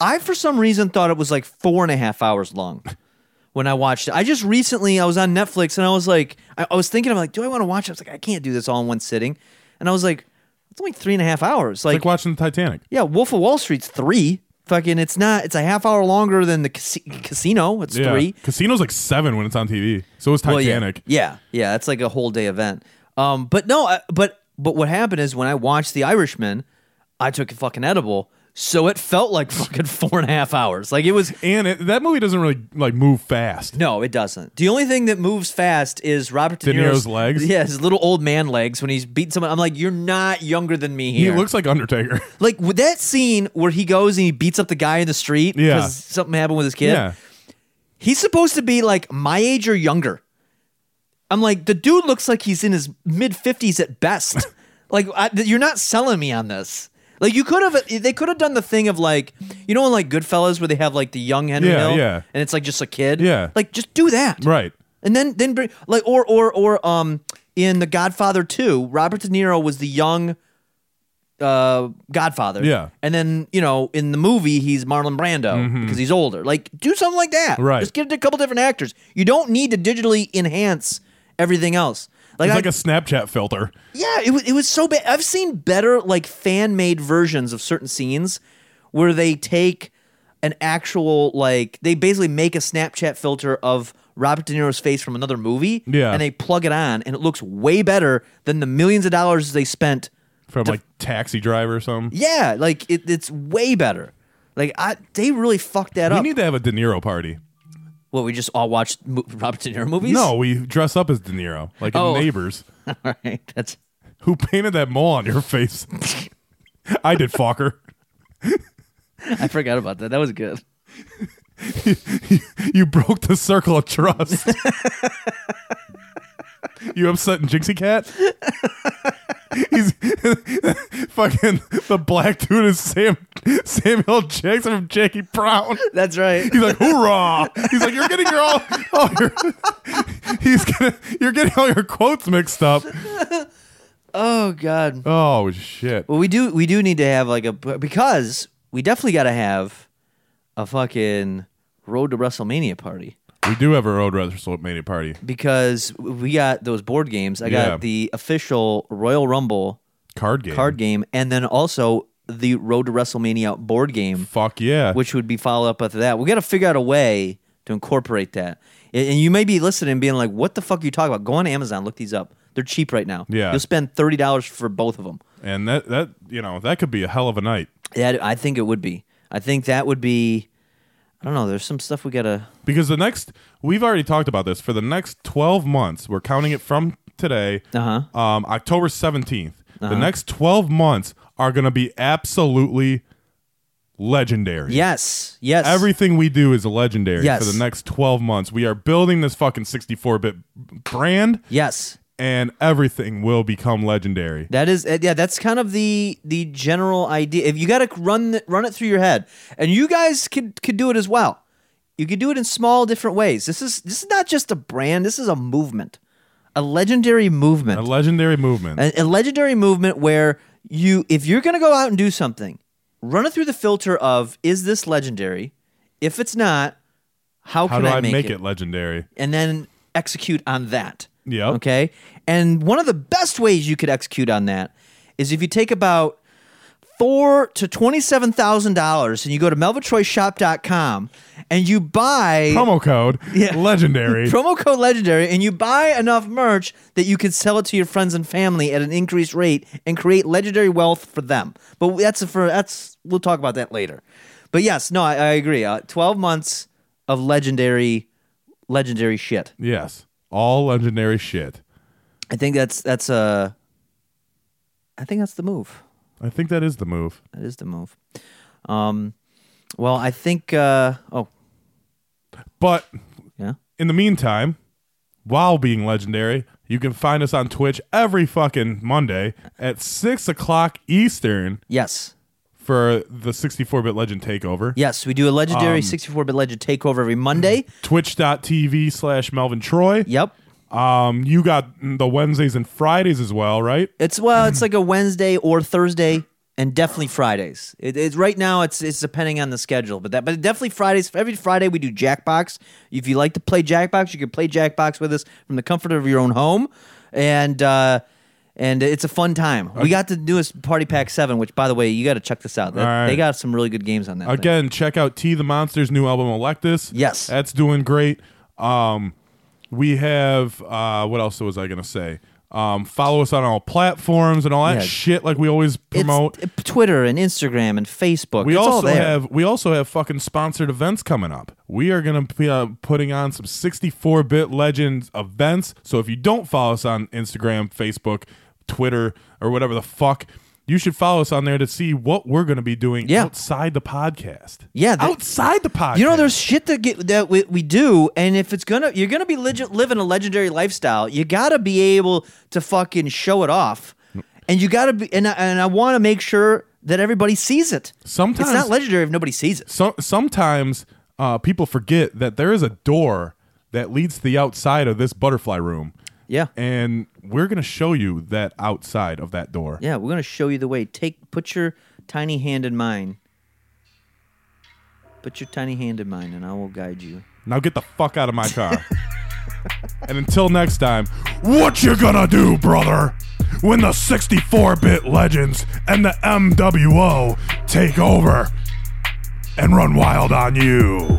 [SPEAKER 3] I, for some reason, thought it was like four and a half hours long when I watched it. I just recently I was on Netflix and I was like, I, I was thinking, I'm like, do I want to watch it? I was like, I can't do this all in one sitting. And I was like, it's only three and a half hours. Like,
[SPEAKER 1] Like watching the Titanic.
[SPEAKER 3] yeah, Wolf of Wall Street's three. Fucking, it's not. It's a half hour longer than the cas- casino. It's
[SPEAKER 1] Yeah.
[SPEAKER 3] three.
[SPEAKER 1] Casino's like seven when it's on TV. So is
[SPEAKER 3] Well, yeah.
[SPEAKER 1] Titanic.
[SPEAKER 3] yeah, yeah, that's like a whole day event. Um, but no, I, but but what happened is when I watched The Irishman, I took a fucking edible, so it felt like fucking four and a half hours. Like it was
[SPEAKER 1] And it, that movie doesn't really like move fast.
[SPEAKER 3] No, it doesn't. The only thing that moves fast is Robert De
[SPEAKER 1] De
[SPEAKER 3] Niro's,
[SPEAKER 1] Niro's legs?
[SPEAKER 3] Yeah, his little old man legs when he's beating someone. I'm like, you're not younger than me
[SPEAKER 1] He
[SPEAKER 3] here.
[SPEAKER 1] looks like Undertaker.
[SPEAKER 3] like with that scene where he goes and he beats up the guy in the street
[SPEAKER 1] Yeah.
[SPEAKER 3] something happened with his kid.
[SPEAKER 1] yeah.
[SPEAKER 3] He's supposed to be like my age or younger. I'm like, the dude looks like he's in his mid 50s at best. like, I, th- you're not selling me on this. Like, you could have, they could have done the thing of like, you know, in like Goodfellas where they have like the young Henry
[SPEAKER 1] Yeah,
[SPEAKER 3] Hill
[SPEAKER 1] yeah.
[SPEAKER 3] and it's like just a kid?
[SPEAKER 1] Yeah.
[SPEAKER 3] Like, just do that.
[SPEAKER 1] Right.
[SPEAKER 3] And then then bring like or or or um in The Godfather 2, Robert De Niro was the young uh Godfather.
[SPEAKER 1] Yeah. Mm-hmm.
[SPEAKER 3] And then, you know, in the movie he's Marlon Brando because he's older. Like do something like that.
[SPEAKER 1] Right.
[SPEAKER 3] Just get a couple different actors. You don't need to digitally enhance everything else. Like,
[SPEAKER 1] It's
[SPEAKER 3] I-
[SPEAKER 1] like a Snapchat filter.
[SPEAKER 3] yeah, it was it was so bad. I've seen better like fan made versions of certain scenes where they take an actual like they basically make a Snapchat filter of Robert De Niro's face from another movie,
[SPEAKER 1] Yeah.
[SPEAKER 3] and they plug it on, and it looks way better than the millions of dollars they spent.
[SPEAKER 1] From like taxi driver or something.
[SPEAKER 3] Yeah, like it, it's way better. Like I, they really fucked that
[SPEAKER 1] We
[SPEAKER 3] up.
[SPEAKER 1] need to have a De Niro party.
[SPEAKER 3] what we just all watched mo- Robert De Niro movies?
[SPEAKER 1] No, we dress up as De Niro, like in
[SPEAKER 3] Oh.
[SPEAKER 1] neighbors.
[SPEAKER 3] all right, that's
[SPEAKER 1] Who painted that mole on your face? I did, Fokker.
[SPEAKER 3] I forgot about that. That was good.
[SPEAKER 1] You broke the circle of trust. you upsetting Jinxie Cat? He's fucking the black dude is Sam Samuel Jackson from Jackie Brown.
[SPEAKER 3] That's right.
[SPEAKER 1] He's like, hoorah! He's like, you're getting your all, all your, he's gonna, you're getting all your quotes mixed up.
[SPEAKER 3] Oh God.
[SPEAKER 1] Oh shit!
[SPEAKER 3] Well, we do we do need to have like a because we definitely got to have a fucking road to WrestleMania party
[SPEAKER 1] We do have a road WrestleMania party.
[SPEAKER 3] because we got those board games. I got
[SPEAKER 1] Yeah.
[SPEAKER 3] the official Royal Rumble
[SPEAKER 1] Card game.
[SPEAKER 3] card game, and then also the Road to WrestleMania board game,
[SPEAKER 1] Fuck yeah.
[SPEAKER 3] which would be followed up after that. We got to figure out a way to incorporate that. And and you may be listening and being like, "What the fuck are you talking about?" Go on Amazon, look these up. They're cheap right now.
[SPEAKER 1] Yeah.
[SPEAKER 3] you'll spend thirty dollars for both of them.
[SPEAKER 1] and that that you know, that could be a hell of a night.
[SPEAKER 3] Yeah, I think it would be. I think that would be. I don't know. There's some stuff we gotta.
[SPEAKER 1] Because the next we've already talked about this. For the next twelve months, we're counting it from today.
[SPEAKER 3] Uh huh.
[SPEAKER 1] um, October 17th.
[SPEAKER 3] Uh-huh.
[SPEAKER 1] The next 12 months are going to be absolutely legendary.
[SPEAKER 3] Yes. Yes.
[SPEAKER 1] Everything we do is legendary
[SPEAKER 3] Yes.
[SPEAKER 1] for the next 12 months. We are building this fucking 64 bit brand,
[SPEAKER 3] Yes.
[SPEAKER 1] and everything will become legendary.
[SPEAKER 3] That is, uh, yeah, that's kind of the the general idea. If you got to run th- run it through your head, and you guys could could do it as well. You could do it in small different ways. This is this is not just a brand. This is a movement, a legendary movement,
[SPEAKER 1] A legendary movement.
[SPEAKER 3] a, a legendary movement where you, if you're gonna go out and do something, run it through the filter of is this legendary? If it's not, how,
[SPEAKER 1] How
[SPEAKER 3] can
[SPEAKER 1] do
[SPEAKER 3] I,
[SPEAKER 1] I make, it? legendary?
[SPEAKER 3] and then execute on that.
[SPEAKER 1] Yep.
[SPEAKER 3] Okay. And one of the best ways you could execute on that is if you take about four to twenty-seven thousand dollars and you go to melvatroyshop.com and you buy
[SPEAKER 1] Promo code
[SPEAKER 3] Yeah.
[SPEAKER 1] legendary.
[SPEAKER 3] promo code legendary and you buy enough merch that you can sell it to your friends and family at an increased rate and create legendary wealth for them but that's for that's we'll talk about that later but yes no i, I agree uh, 12 months of legendary legendary shit
[SPEAKER 1] yes. All legendary shit.
[SPEAKER 3] I think that's that's uh I think that's the move.
[SPEAKER 1] I think that is the move.
[SPEAKER 3] That is the move. Um well, I think uh oh,
[SPEAKER 1] But
[SPEAKER 3] yeah.
[SPEAKER 1] In the meantime, while being legendary, you can find us on Twitch every fucking Monday at six o'clock Eastern
[SPEAKER 3] Yes.
[SPEAKER 1] for the 64-bit Legend Takeover.
[SPEAKER 3] Yes, we do a legendary 64-bit legend takeover every Monday.
[SPEAKER 1] Twitch.tv slash Melvin Troy.
[SPEAKER 3] Yep.
[SPEAKER 1] Um, you got the Wednesdays and Fridays as well, right?
[SPEAKER 3] It's well, it's like a Wednesday or Thursday and definitely Fridays. It, it's right now it's it's depending on the schedule, but that but definitely Fridays. Every Friday we do Jackbox. If you like to play Jackbox, you can play Jackbox with us from the comfort of your own home. And uh and it's a fun time. We got the newest Party Pack 7, which by the way, you got to check this out. That-
[SPEAKER 1] All right.
[SPEAKER 3] They got some really good games on that. thing.
[SPEAKER 1] Again, check out T the Monster's new album Electus.
[SPEAKER 3] Yes.
[SPEAKER 1] That's doing great. Um we have uh what else was I gonna say? Um follow us on all platforms and all that
[SPEAKER 3] Yeah.
[SPEAKER 1] shit like we always
[SPEAKER 3] It's
[SPEAKER 1] promote.
[SPEAKER 3] t- Twitter and Instagram and Facebook.
[SPEAKER 1] We
[SPEAKER 3] It's all
[SPEAKER 1] also
[SPEAKER 3] there.
[SPEAKER 1] have we also have fucking sponsored events coming up. We are going to be uh, putting on some 64-bit legends events. So if you don't follow us on Instagram, Facebook, Twitter, or whatever the fuck, you should follow us on there to see what we're going to be doing
[SPEAKER 3] Yeah.
[SPEAKER 1] outside the podcast.
[SPEAKER 3] Yeah, the-
[SPEAKER 1] outside the podcast.
[SPEAKER 3] You know, there's shit that get, that we, we do, and if it's gonna, you're gonna be legit, living a legendary lifestyle. You gotta be able to fucking show it off, and you gotta be. And I, and I want to make sure that everybody sees it.
[SPEAKER 1] Sometimes-
[SPEAKER 3] it's not legendary if nobody sees it.
[SPEAKER 1] so, sometimes uh, people forget that there is a door that leads to the outside of this butterfly room.
[SPEAKER 3] Yeah,
[SPEAKER 1] And we're going to show you that outside of that door.
[SPEAKER 3] yeah. We're gonna show you the way. Take put your tiny hand in mine. Put your tiny hand in mine, and I will guide you.
[SPEAKER 1] Now get the fuck out of my car. and until next time, what you gonna do, brother? When the 64-bit legends and the MWO take over and run wild on you.